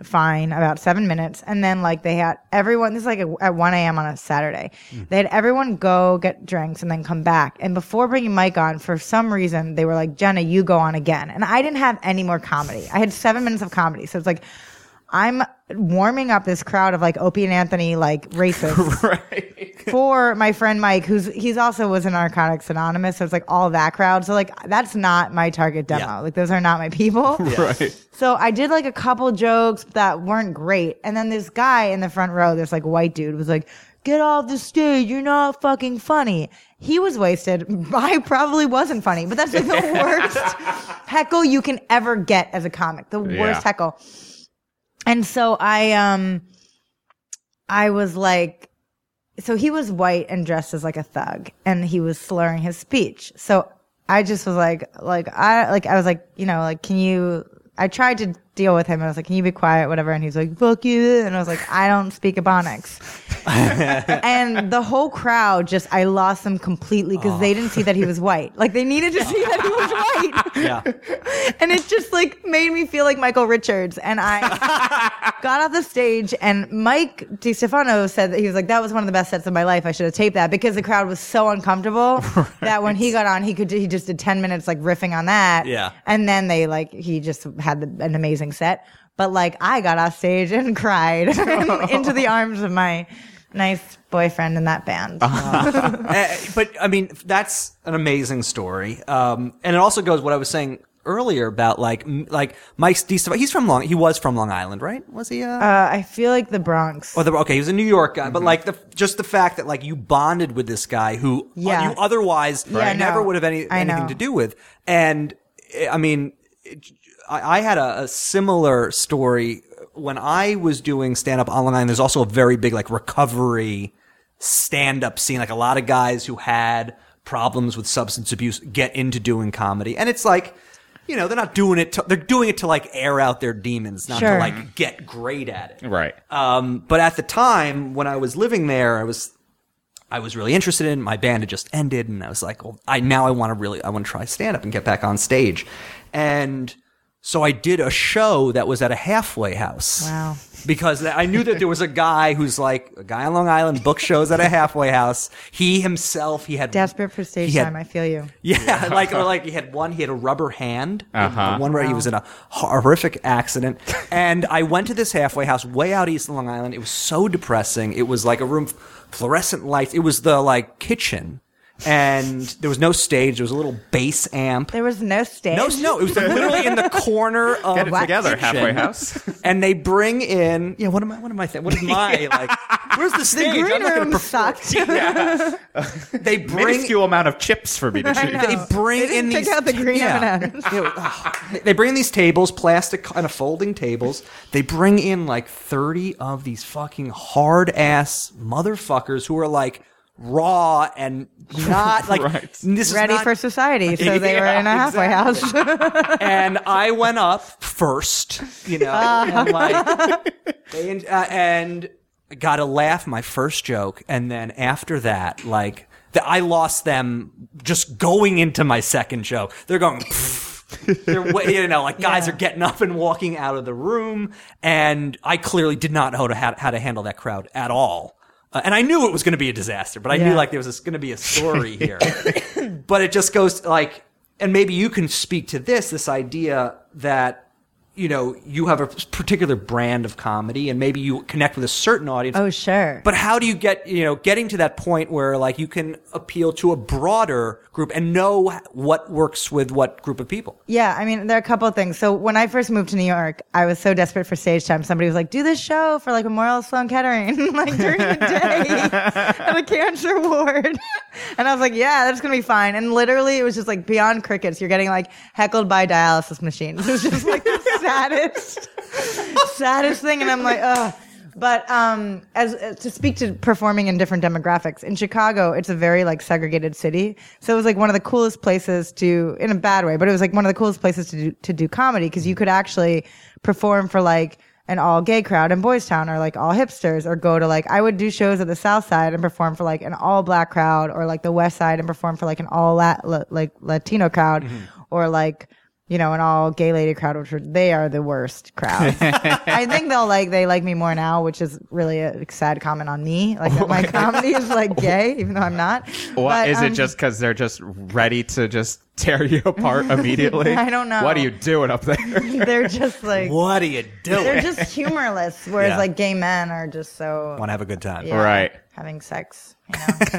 Speaker 6: fine about seven minutes and then like they had everyone this is like at at 1 a.m on a saturday they had everyone go get drinks and then come back and before bringing mike on for some reason they were like jenna you go on again and i didn't have any more comedy i had seven minutes of comedy so it's like i'm warming up this crowd of like opie and anthony like racists for my friend Mike, who's he's also was in Narcotics Anonymous, so it's like all that crowd. So like that's not my target demo.
Speaker 2: Yeah.
Speaker 6: Like those are not my people.
Speaker 3: [laughs] Right.
Speaker 6: So I did like a couple jokes that weren't great, and then this guy in the front row, this like white dude, was like, "Get off the stage! You're not fucking funny." He was wasted. [laughs] I probably wasn't funny, but that's
Speaker 3: [laughs]
Speaker 6: like the worst heckle you can ever get as a comic. The worst
Speaker 3: Yeah.
Speaker 6: heckle. And so I um I was like so he was white and dressed as like a thug and he was slurring his speech. So I just was like, like, I, like, I was like, you know, like, can you, I tried to deal with him. And I was like, can you be quiet, whatever? And he's like, fuck you. And I was like, I don't speak Ebonics. and the whole crowd just, I lost them completely because they didn't see that he was white. Like they needed to see that he was white.
Speaker 2: Yeah.
Speaker 6: and it just like made me feel like Michael Richards. And
Speaker 2: [laughs]
Speaker 6: I got off the stage, and Mike DiStefano said that he was like, "That was one of the best sets of my life. I should have taped that because the crowd was
Speaker 2: [laughs]
Speaker 6: so uncomfortable that when he got on, he could he just did ten minutes like riffing on that.
Speaker 2: Yeah.
Speaker 6: and then they like he just had the, an amazing set. But like I got off stage
Speaker 2: [laughs]
Speaker 6: and [laughs] cried into the arms of my nice boyfriend in that band.
Speaker 2: Uh, but I mean, that's an amazing story. Um, and it also goes what I was saying earlier about like, m- like Mike DeStefano. He's from Long, he was from Long Island, right? Was he, uh,
Speaker 6: Uh, I feel like the Bronx.
Speaker 2: Or the- okay, he was a New York guy, but like the just the fact that like you bonded with this guy who
Speaker 6: Yeah.
Speaker 2: you otherwise
Speaker 6: Right.
Speaker 2: never
Speaker 6: no.
Speaker 2: would have any
Speaker 6: I
Speaker 2: anything
Speaker 6: know.
Speaker 2: to do with. And eh, I mean, it, I, I had a, a similar story when I was doing stand up online. There's also a very big like recovery stand up scene. Like a lot of guys who had problems with substance abuse get into doing comedy, and it's like. You know, they're not doing it. To, they're doing it to like air out their demons, not to
Speaker 6: Sure.
Speaker 2: like get great at it.
Speaker 3: Right.
Speaker 2: Um, but at the time when I was living there, I was I was really interested in. My band had just ended, and I was like, well, I now I want to really I want to try stand up and get back on stage, and so I did a show that was at a halfway house.
Speaker 6: Wow.
Speaker 2: Because I knew that there was a guy who's like a guy on Long Island book shows at a halfway house. He himself, he had
Speaker 6: Desperate for stage
Speaker 2: he had-
Speaker 6: time, I feel you.
Speaker 2: yeah, [laughs] like or like he had one. He had a rubber hand. One where he was in a horrific accident. And I went to this halfway house way out east in Long Island. It was so depressing. It was like a room, fluorescent lights. It was the like kitchen, and there was no stage. There was a little bass amp.
Speaker 6: There was no stage.
Speaker 2: No, no, it was literally in the corner of
Speaker 3: Get it together,
Speaker 2: kitchen.
Speaker 3: halfway house.
Speaker 2: [laughs] and they bring in. Yeah, what am I? What am I? Th- what is my like? Where's the
Speaker 6: The
Speaker 2: stage?
Speaker 6: green
Speaker 2: I'm not gonna
Speaker 6: room
Speaker 2: perform. [laughs]
Speaker 6: sucked.
Speaker 2: They bring
Speaker 3: Minuscule amount of chips for me to
Speaker 6: [laughs] I
Speaker 3: choose.
Speaker 6: know.
Speaker 3: [laughs]
Speaker 2: they bring
Speaker 6: They didn't
Speaker 2: in
Speaker 6: pick
Speaker 2: these
Speaker 6: out the green
Speaker 2: yeah.
Speaker 6: M&Ms.
Speaker 2: Yeah, well, ugh. [laughs] they bring these tables, plastic kind of folding tables. They bring in like 30 of these fucking hard ass motherfuckers who are like raw and not like
Speaker 3: Right.
Speaker 2: this
Speaker 6: ready
Speaker 2: is not,
Speaker 6: for society. So they were in a halfway house. [laughs]
Speaker 2: and I went up first, you know, and like they, uh, and got a laugh my first joke, and then after that, like the, I lost them just going into my second joke. They're going. They're, wa- you know, like guys are getting up and walking out of the room, and I clearly did not know how to, how to handle that crowd at all. Uh, and I knew it was going to be a disaster, but I knew
Speaker 6: Yeah.
Speaker 2: like there was going to be a story here. but it just goes to, like and maybe you can speak to this this idea that you know you have a particular brand of comedy and maybe you connect with a certain audience
Speaker 6: oh sure.
Speaker 2: but how do you get you know getting to that point where like you can appeal to a broader group and know what works with what group of people
Speaker 6: yeah, I mean, there are a couple of things. So when I first moved to New York, I was so desperate for stage time. Somebody was like, "Do this show for like Memorial Sloan Kettering, [laughs] like during the day
Speaker 2: [laughs]
Speaker 6: at a cancer ward," [laughs] and I was like, "Yeah, that's gonna be fine." And literally, it was just like beyond crickets. You're getting like heckled by dialysis machines. It was just
Speaker 2: [laughs]
Speaker 6: like the saddest, [laughs] saddest thing. And I'm like, ugh. But um, as uh, to speak to performing in different demographics in Chicago, it's a very like segregated city. So it was like one of the coolest places to, in a bad way, but it was like one of the coolest places to do, to do comedy because you could actually perform for like an all gay crowd in Boys Town or like all hipsters or go to like I would do shows at the South Side and perform for like an all black crowd or like the West Side and perform for like an all lat- la- like Latino crowd or like you know, an all gay lady crowd, which are, they are the worst crowd. I think they'll like, they like me more now, which is really a sad comment on me. Like
Speaker 3: Oh
Speaker 6: that my comedy is
Speaker 3: [laughs]
Speaker 6: like gay, even though I'm not.
Speaker 3: What
Speaker 6: But,
Speaker 3: is
Speaker 6: um,
Speaker 3: it just because they're just ready to just tear
Speaker 6: [laughs]
Speaker 3: you apart immediately?
Speaker 6: I don't know.
Speaker 3: What are you doing up
Speaker 6: [laughs]
Speaker 3: there?
Speaker 6: [laughs] They're just like,
Speaker 2: what are you doing
Speaker 6: they're
Speaker 3: [laughs]
Speaker 6: just humorless. Whereas
Speaker 2: Yeah.
Speaker 6: like gay men are just so
Speaker 2: want to have a good time
Speaker 6: yeah,
Speaker 3: Right.
Speaker 6: having sex, you know,
Speaker 2: [laughs]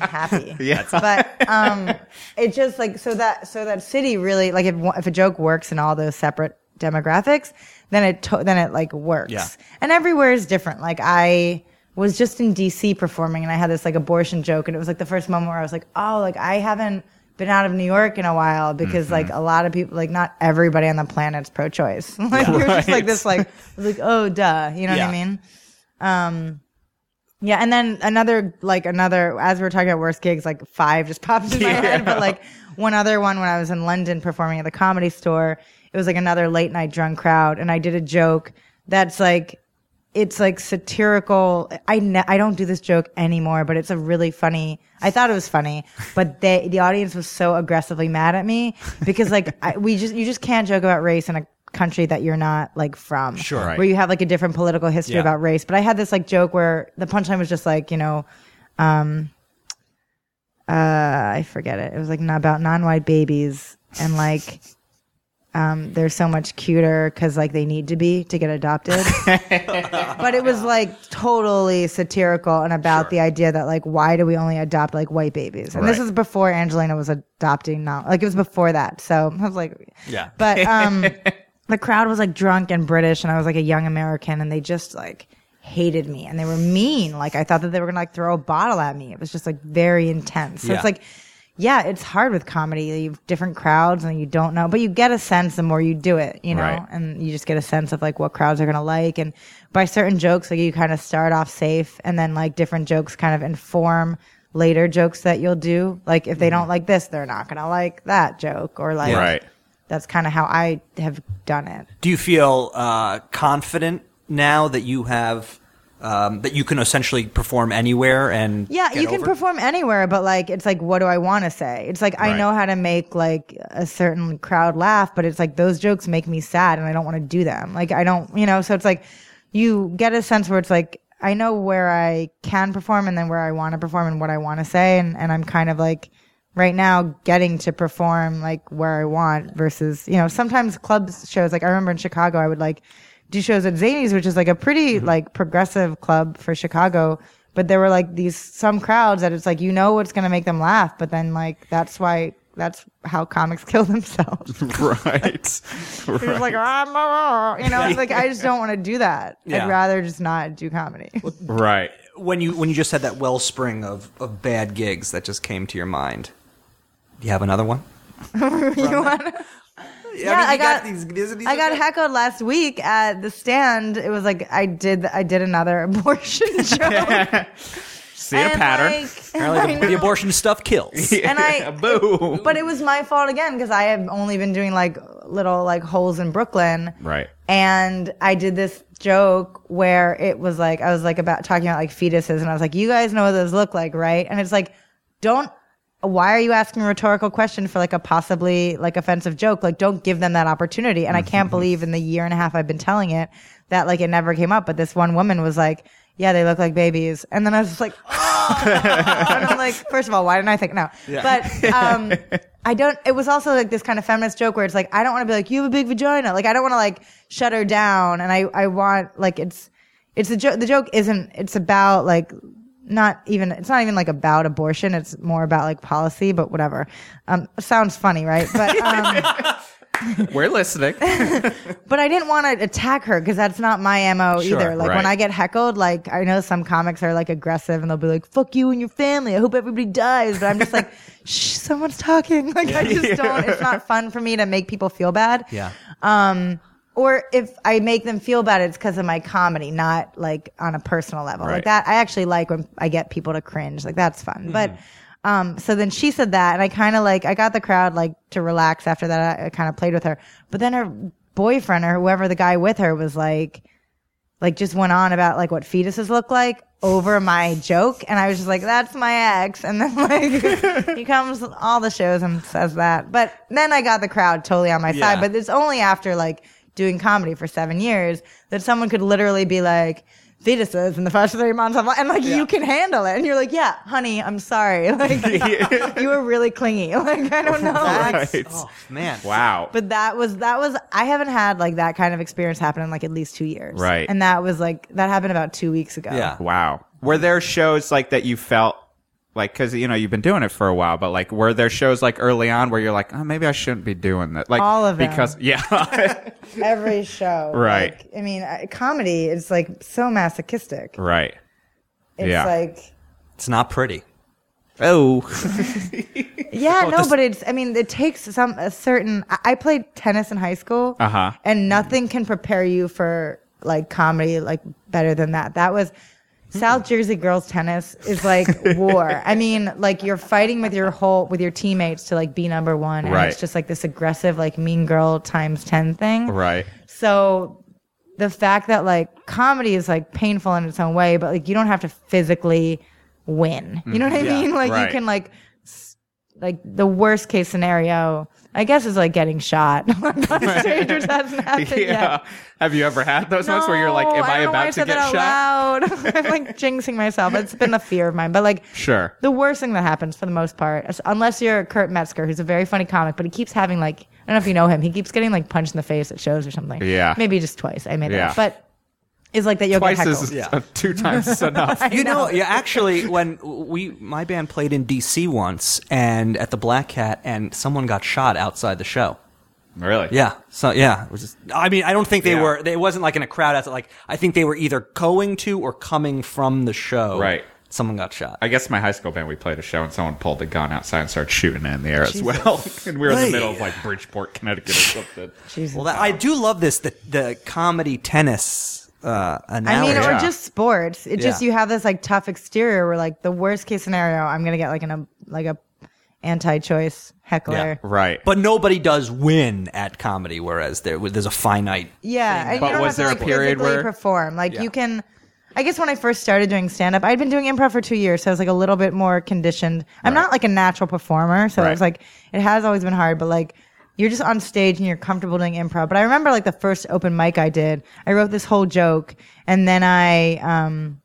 Speaker 6: happy. but um, it just like so that so that city really like if one- if a joke works in all those separate demographics, then it to- then it like works.
Speaker 2: Yeah.
Speaker 6: And everywhere is different. Like I was just in DC performing, and I had this like abortion joke, and it was like the first moment where I was like, oh, like I haven't been out of New York in a while because like
Speaker 2: Mm-hmm.
Speaker 6: a lot of people, like not everybody on the planet's pro-choice. [laughs] like you're just like this, like I was like oh duh, you know what
Speaker 2: Yeah.
Speaker 6: I mean? Um. Yeah, and then another like another as we we're talking about worst gigs, like five just popped in my head. But like one other one when I was in London performing at the comedy store, it it was like another late night drunk crowd, and I did a joke that's like it's like satirical. I ne- I don't do this joke anymore, but it's a really funny. I thought it was funny, but they the audience was so aggressively mad at me because like I, we just you just can't joke about race in a country that you're not like from
Speaker 2: Sure. Right.
Speaker 6: where you have like a different political history
Speaker 2: Yeah.
Speaker 6: about race but i had this like joke where the punchline was just like you know um, uh, I forget it. It was like not about non-white babies and like um, they're so much cuter because like they need to be to
Speaker 2: [laughs]
Speaker 6: get adopted. but it was like totally satirical and about the idea that like why do we only adopt like white babies? And this
Speaker 2: Right.
Speaker 6: was before Angelina was adopting non like it was before that. So I was like,
Speaker 2: Yeah.
Speaker 6: But um,
Speaker 2: [laughs]
Speaker 6: the crowd was like drunk and British, and I was like a young American, and they just like hated me and they were mean like i thought that they were gonna like throw a bottle at me it was just like very intense so
Speaker 2: Yeah.
Speaker 6: it's like yeah, it's hard with comedy. You have different crowds and you don't know, but you get a sense the more you do it, you know,
Speaker 3: Right.
Speaker 6: and you just get a sense of like what crowds are going to like. And by certain jokes, like you kind of start off safe and then like different jokes kind of inform later jokes that you'll do. Like if they don't like this, they're not going to like that joke or like,
Speaker 3: Right.
Speaker 6: that's kind of how I have done it.
Speaker 2: Do you feel uh, confident now that you have um, that you can essentially perform anywhere and
Speaker 6: Yeah,
Speaker 2: get
Speaker 6: you can
Speaker 2: over it?
Speaker 6: perform anywhere, but like, it's like, what do I want to say? It's like,
Speaker 3: Right.
Speaker 6: I know how to make like a certain crowd laugh, but it's like those jokes make me sad and I don't want to do them. Like, I don't, you know, so it's like, you get a sense where it's like, I know where I can perform and then where I want to perform and what I want to say. And, and I'm kind of like, right now getting to perform like where I want versus, you know, sometimes clubs shows, like I remember in Chicago, I would like do shows at Zany's, which is like a pretty
Speaker 2: Mm-hmm.
Speaker 6: like progressive club for Chicago. But there were like these some crowds that it's like, you know, what's going to make them laugh. But then like, that's why, that's how comics [laughs] kill themselves.
Speaker 3: [laughs] right. [laughs]
Speaker 6: They're just like, "Ah, ah, ah," you know, it's like, I just don't want to do that.
Speaker 2: Yeah.
Speaker 6: I'd rather just not do comedy. [laughs]
Speaker 3: Right.
Speaker 2: when you when you just had that wellspring of, of bad gigs that just came to your mind. Do you have another one? you want?
Speaker 6: Yeah,
Speaker 2: I, mean, you
Speaker 6: I got-
Speaker 2: these. these, these
Speaker 6: I
Speaker 2: are
Speaker 6: got
Speaker 2: good.
Speaker 6: heckled last week at the stand. It was like I did I did another [laughs] abortion joke.
Speaker 3: See a pattern.
Speaker 2: Apparently,
Speaker 6: [laughs] I
Speaker 2: the, the
Speaker 6: know.
Speaker 2: abortion stuff
Speaker 6: [laughs]
Speaker 2: kills.
Speaker 3: [laughs]
Speaker 6: and I [laughs]
Speaker 3: Boom.
Speaker 6: but it was my fault again because I have only been doing like little like holes in Brooklyn.
Speaker 3: Right.
Speaker 6: And I did this joke where it was like I was like about talking about like fetuses and I was like, You guys know what those look like, right? And it's like, don't why are you asking a rhetorical question for like a possibly like offensive joke? Like don't give them that opportunity. And I can't believe in the year and a half I've been telling it that like it never came up. But this one woman was like, Yeah, they look like babies. And then I was just like, [laughs] and I'm like, first of all, why didn't I think no? But um, I don't. It was also like this kind of feminist joke where it's like, I don't want to be like, you have a big vagina. Like, I don't want to like shut her down. And I, I want like it's, it's a joke. The joke isn't. It's about like not even. It's not even like about abortion. It's more about like policy. But whatever. Um, sounds funny, right? But um,
Speaker 3: We're listening.
Speaker 6: but I didn't want to attack her because that's not my mo
Speaker 2: Sure,
Speaker 6: either. Like
Speaker 3: right.
Speaker 6: when I get heckled, like I know some comics are like aggressive and they'll be like, "Fuck you and your family. I hope everybody dies." But I'm just like, [laughs] "Shh, someone's talking." [laughs] Like I just don't. It's not fun for me to make people feel bad.
Speaker 2: Yeah.
Speaker 6: Or if I make them feel bad, it's because of my comedy, not like on a personal level.
Speaker 3: Right.
Speaker 6: Like that, I actually like when I get people to cringe. Like that's fun. But um, so then she said that, and I kind of like I got the crowd like to relax after that. I, I kind of played with her, but then her boyfriend or whoever the guy with her was like, like just went on about like what fetuses look like over my joke, and I was just like, that's my ex, and then [laughs] like he comes all the shows and says that, but then I got the crowd totally on my
Speaker 2: Yeah.
Speaker 6: side. But it's only after like doing comedy for seven years that someone could literally be like fetuses in the first three months of life, and like you can handle it, and you're like, yeah, honey, I'm sorry, [laughs] like you were really clingy, [laughs] like I don't know,
Speaker 3: Right.
Speaker 2: Oh man.
Speaker 3: Wow.
Speaker 6: but that was that was I haven't had like that kind of experience happen in like at least two years.
Speaker 3: Right.
Speaker 6: And that was like that happened about two weeks ago.
Speaker 2: Yeah.
Speaker 3: Wow. Were there shows like that you felt like because you know you've been doing it for a while, but like were there shows like early on where you're like, oh, maybe I shouldn't be doing that? Like
Speaker 6: All of them.
Speaker 3: because
Speaker 6: [laughs]
Speaker 3: yeah,
Speaker 6: Every show.
Speaker 3: Right.
Speaker 6: Like, I mean, I- comedy is like so masochistic.
Speaker 3: right.
Speaker 6: It's
Speaker 3: Yeah.
Speaker 6: like
Speaker 2: It's not pretty.
Speaker 3: Oh, [laughs]
Speaker 6: yeah, no,
Speaker 2: this-
Speaker 6: but it's. I mean, it takes some a certain. I- I played tennis in high school,
Speaker 3: Uh-huh.
Speaker 6: and nothing can prepare you for like comedy like better than that. That was
Speaker 3: Hmm.
Speaker 6: South Jersey girls tennis is like
Speaker 3: [laughs]
Speaker 6: war. I mean, like you're fighting with your whole with your teammates to like be number one, and
Speaker 3: Right.
Speaker 6: it's just like this aggressive like mean girl times ten thing.
Speaker 3: Right.
Speaker 6: So the fact that like comedy is like painful in its own way, but like you don't have to physically win. You know what I
Speaker 2: yeah,
Speaker 6: mean? Like
Speaker 3: Mm-hmm. right.
Speaker 6: you can like s- like the worst case scenario, I guess, is like getting shot. [laughs] Strangers hasn't [laughs] happened
Speaker 3: [laughs] Yeah.
Speaker 6: yet.
Speaker 3: Have you ever had those moments where you're like,
Speaker 6: No,
Speaker 3: "Am I,
Speaker 6: don't know why
Speaker 3: about to
Speaker 6: said
Speaker 3: get shot?"
Speaker 6: that out Loud. [laughs] I'm like jinxing myself. It's been a fear of mine, but like
Speaker 3: Sure.
Speaker 6: the worst thing that happens for the most part, is- unless you're Kurt Metzger, who's a very funny comic, but he keeps having like I don't know if you know him. He keeps getting like punched in the face at shows or something.
Speaker 3: Yeah.
Speaker 6: maybe just twice. I made
Speaker 3: Yeah.
Speaker 6: that, but is like that you'll
Speaker 3: Twice
Speaker 6: get
Speaker 3: is
Speaker 6: heckled.
Speaker 2: Yeah.
Speaker 3: [laughs] two times is enough.
Speaker 2: You know, yeah, actually, when we my band played in D.C. once, and at the Black Cat, and someone got shot outside the show.
Speaker 3: really?
Speaker 2: Yeah. So yeah, it was just, I mean, I don't think they
Speaker 3: Yeah.
Speaker 2: were. It wasn't like in a crowd. outside. like I think they were either going to or coming from the show.
Speaker 3: Right.
Speaker 2: Someone got shot.
Speaker 3: I guess my high school band, we played a show and someone pulled a gun outside and started shooting it in the air as well. [laughs] and we were in the
Speaker 2: Wait.
Speaker 3: middle of like Bridgeport, Connecticut or something.
Speaker 2: well, that, I do love this the the comedy tennis uh,
Speaker 6: I
Speaker 2: analogy.
Speaker 6: mean,
Speaker 3: Yeah.
Speaker 6: or just sports. It just
Speaker 2: Yeah.
Speaker 6: you have this like tough exterior where like the worst case scenario, I'm gonna get like an um, like a anti-choice heckler. Yeah,
Speaker 3: right.
Speaker 2: But nobody does win at comedy, whereas there there's a finite.
Speaker 6: and you
Speaker 3: But
Speaker 6: don't
Speaker 3: was
Speaker 6: have to,
Speaker 3: there a
Speaker 6: like,
Speaker 3: period
Speaker 6: physically
Speaker 3: where-
Speaker 6: perform? Like you can. I guess when I first started doing stand up, I'd been doing improv for two years, so I was like a little bit more conditioned. I'm not like a natural performer, so
Speaker 3: Right.
Speaker 6: I was like, it has always been hard, but like you're just on stage and you're comfortable doing improv. But I remember like the first open mic I did, I wrote this whole joke, and then I um,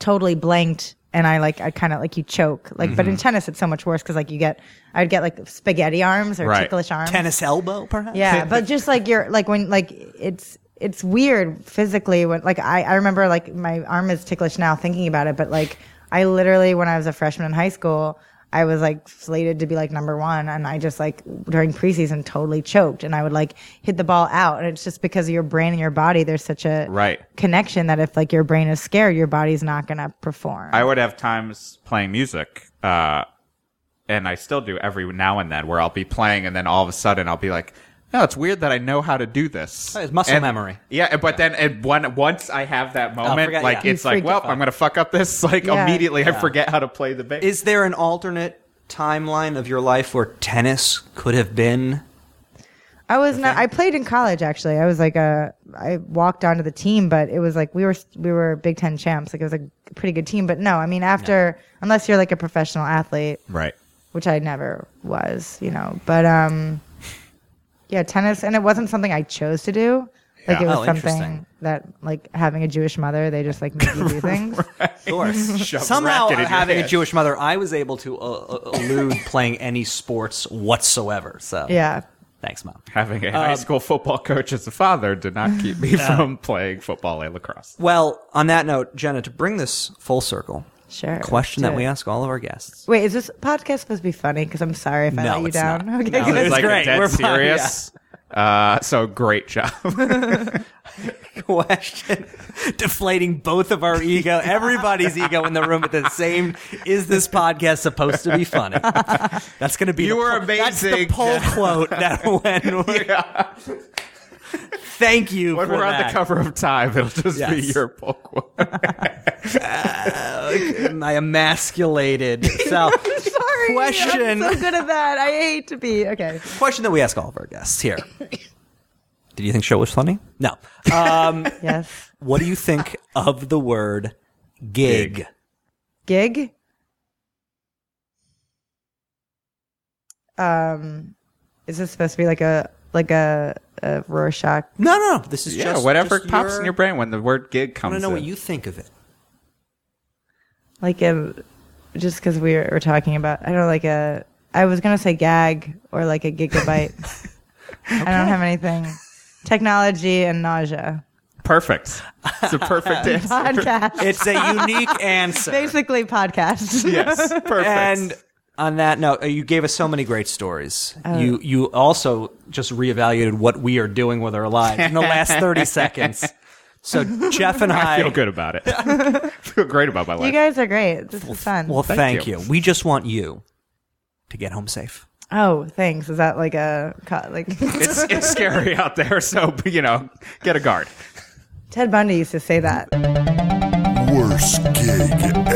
Speaker 6: totally blanked. And I like, I kind of like you choke, like, but
Speaker 3: Mm-hmm.
Speaker 6: in tennis it's so much worse because like you get, I'd get like spaghetti arms or
Speaker 3: Right.
Speaker 6: ticklish arms.
Speaker 2: Tennis elbow, perhaps.
Speaker 6: Um,
Speaker 2: [laughs]
Speaker 6: Yeah, but just like you're like when like it's it's weird physically when like I I remember like my arm is ticklish now thinking about it, but like I literally when I was a freshman in high school. I was like slated to be like number one, and I just like during preseason totally choked, and I would like hit the ball out, and it's just because of your brain and your body. There's such a
Speaker 3: Right.
Speaker 6: connection that if like your brain is scared, your body's not gonna perform.
Speaker 3: I would have times playing music, uh, and I still do every now and then, where I'll be playing, and then all of a sudden I'll be like, "No, it's weird that I know how to do this."
Speaker 2: Oh, it's muscle
Speaker 3: And-
Speaker 2: memory.
Speaker 3: Yeah, but then and one, once I have that moment,
Speaker 2: forget-
Speaker 3: like
Speaker 2: yeah.
Speaker 3: it's
Speaker 6: You
Speaker 3: like,
Speaker 6: freak
Speaker 3: "Well,
Speaker 6: out.
Speaker 3: I'm gonna fuck up this." [laughs] Like
Speaker 6: Yeah.
Speaker 3: immediately, I forget how to play the bass.
Speaker 2: Is there an alternate timeline of your life where tennis could have
Speaker 3: [laughs]
Speaker 2: been?
Speaker 6: I was not. I played in college actually. I was like a. I walked onto the team, but it was like we were we were Big Ten champs. Like it was a pretty good team. But no, I mean after unless you're like a professional athlete,
Speaker 3: right.
Speaker 6: which I never was, you know. But um, yeah, tennis, and it wasn't something I chose to do. Like
Speaker 3: Yeah.
Speaker 6: it was
Speaker 2: Oh, interesting.
Speaker 6: something that like having a Jewish mother, they just like make
Speaker 2: [laughs]
Speaker 6: you do things.
Speaker 2: Of course.
Speaker 3: Shove
Speaker 2: Somehow,
Speaker 3: racket in your
Speaker 2: having a
Speaker 3: hand.
Speaker 2: Jewish mother, I was able to uh, uh, elude playing any sports whatsoever. So
Speaker 6: Yeah.
Speaker 2: thanks, mom.
Speaker 3: Having a
Speaker 2: Um,
Speaker 3: high school football coach as a father did not keep
Speaker 2: [laughs]
Speaker 3: me from playing football and lacrosse.
Speaker 2: Well, on that note, Jenna, to bring this full circle,
Speaker 6: Sure,
Speaker 2: question
Speaker 6: do
Speaker 2: that we
Speaker 6: it.
Speaker 2: ask all of our guests.
Speaker 6: Wait, is this podcast supposed to be funny? Because I'm sorry if I
Speaker 2: No,
Speaker 6: let you
Speaker 2: it's
Speaker 6: down. [laughs]
Speaker 2: not.
Speaker 6: Okay, good.
Speaker 3: It's like
Speaker 2: great.
Speaker 3: dead
Speaker 2: We're fine,
Speaker 3: serious. Uh, so great job. [laughs]
Speaker 2: Question [laughs] deflating both of our ego, everybody's ego in the room at the same. Is this podcast supposed to be
Speaker 3: [laughs]
Speaker 2: funny? That's going to be
Speaker 3: You
Speaker 2: the
Speaker 3: were
Speaker 2: po- That's the
Speaker 3: amazing, [laughs]
Speaker 2: poll quote that when we Thank you
Speaker 3: When
Speaker 2: for
Speaker 3: we're on
Speaker 2: that.
Speaker 3: the cover of Time, it'll just be
Speaker 2: Yes.
Speaker 3: your pull [laughs] quote.
Speaker 2: my emasculated
Speaker 3: [laughs]
Speaker 2: self.
Speaker 6: [laughs] sorry.
Speaker 2: Question.
Speaker 6: I'm so good at that. I hate to be okay.
Speaker 2: Question that we ask all of our guests here. Did you think show was funny? No. Uh,
Speaker 6: Yes.
Speaker 2: What do you think of the word gig?
Speaker 6: Gig. Um, is this supposed to be like a like a, a Rorschach?
Speaker 2: No, no, no. This is
Speaker 3: yeah,
Speaker 2: just
Speaker 3: whatever
Speaker 2: just
Speaker 3: pops in your brain when the word
Speaker 2: I
Speaker 3: gig
Speaker 2: want
Speaker 3: comes
Speaker 2: to know
Speaker 3: in.
Speaker 2: what you think of it.
Speaker 6: Like a just because we were, were talking about. I don't know, like a. I was gonna say gag or like a gigabyte.
Speaker 2: [laughs]
Speaker 6: I don't have anything. Technology and nausea.
Speaker 3: perfect.
Speaker 2: [laughs]
Speaker 3: It's a perfect answer.
Speaker 6: [laughs] Podcast.
Speaker 2: It's a [laughs] unique answer.
Speaker 6: Basically, podcast.
Speaker 3: yes, perfect.
Speaker 2: And on that note, uh, you gave us so many great stories. you you also just reevaluated what we are doing with our lives in the last [laughs] thirty seconds. So Jeff and [laughs] I,
Speaker 3: I feel good about it. [laughs] I feel great about my life.
Speaker 6: You guys are great. This is fun.
Speaker 2: Well, thank,
Speaker 3: Thank
Speaker 2: you.
Speaker 3: you.
Speaker 2: We just want you to get home safe.
Speaker 6: oh, thanks. Is that like a co-
Speaker 2: [laughs]
Speaker 6: like?
Speaker 3: it's, it's scary out there, so you know, get a guard.
Speaker 6: Ted Bundy used to say that.
Speaker 1: Worry. worst gig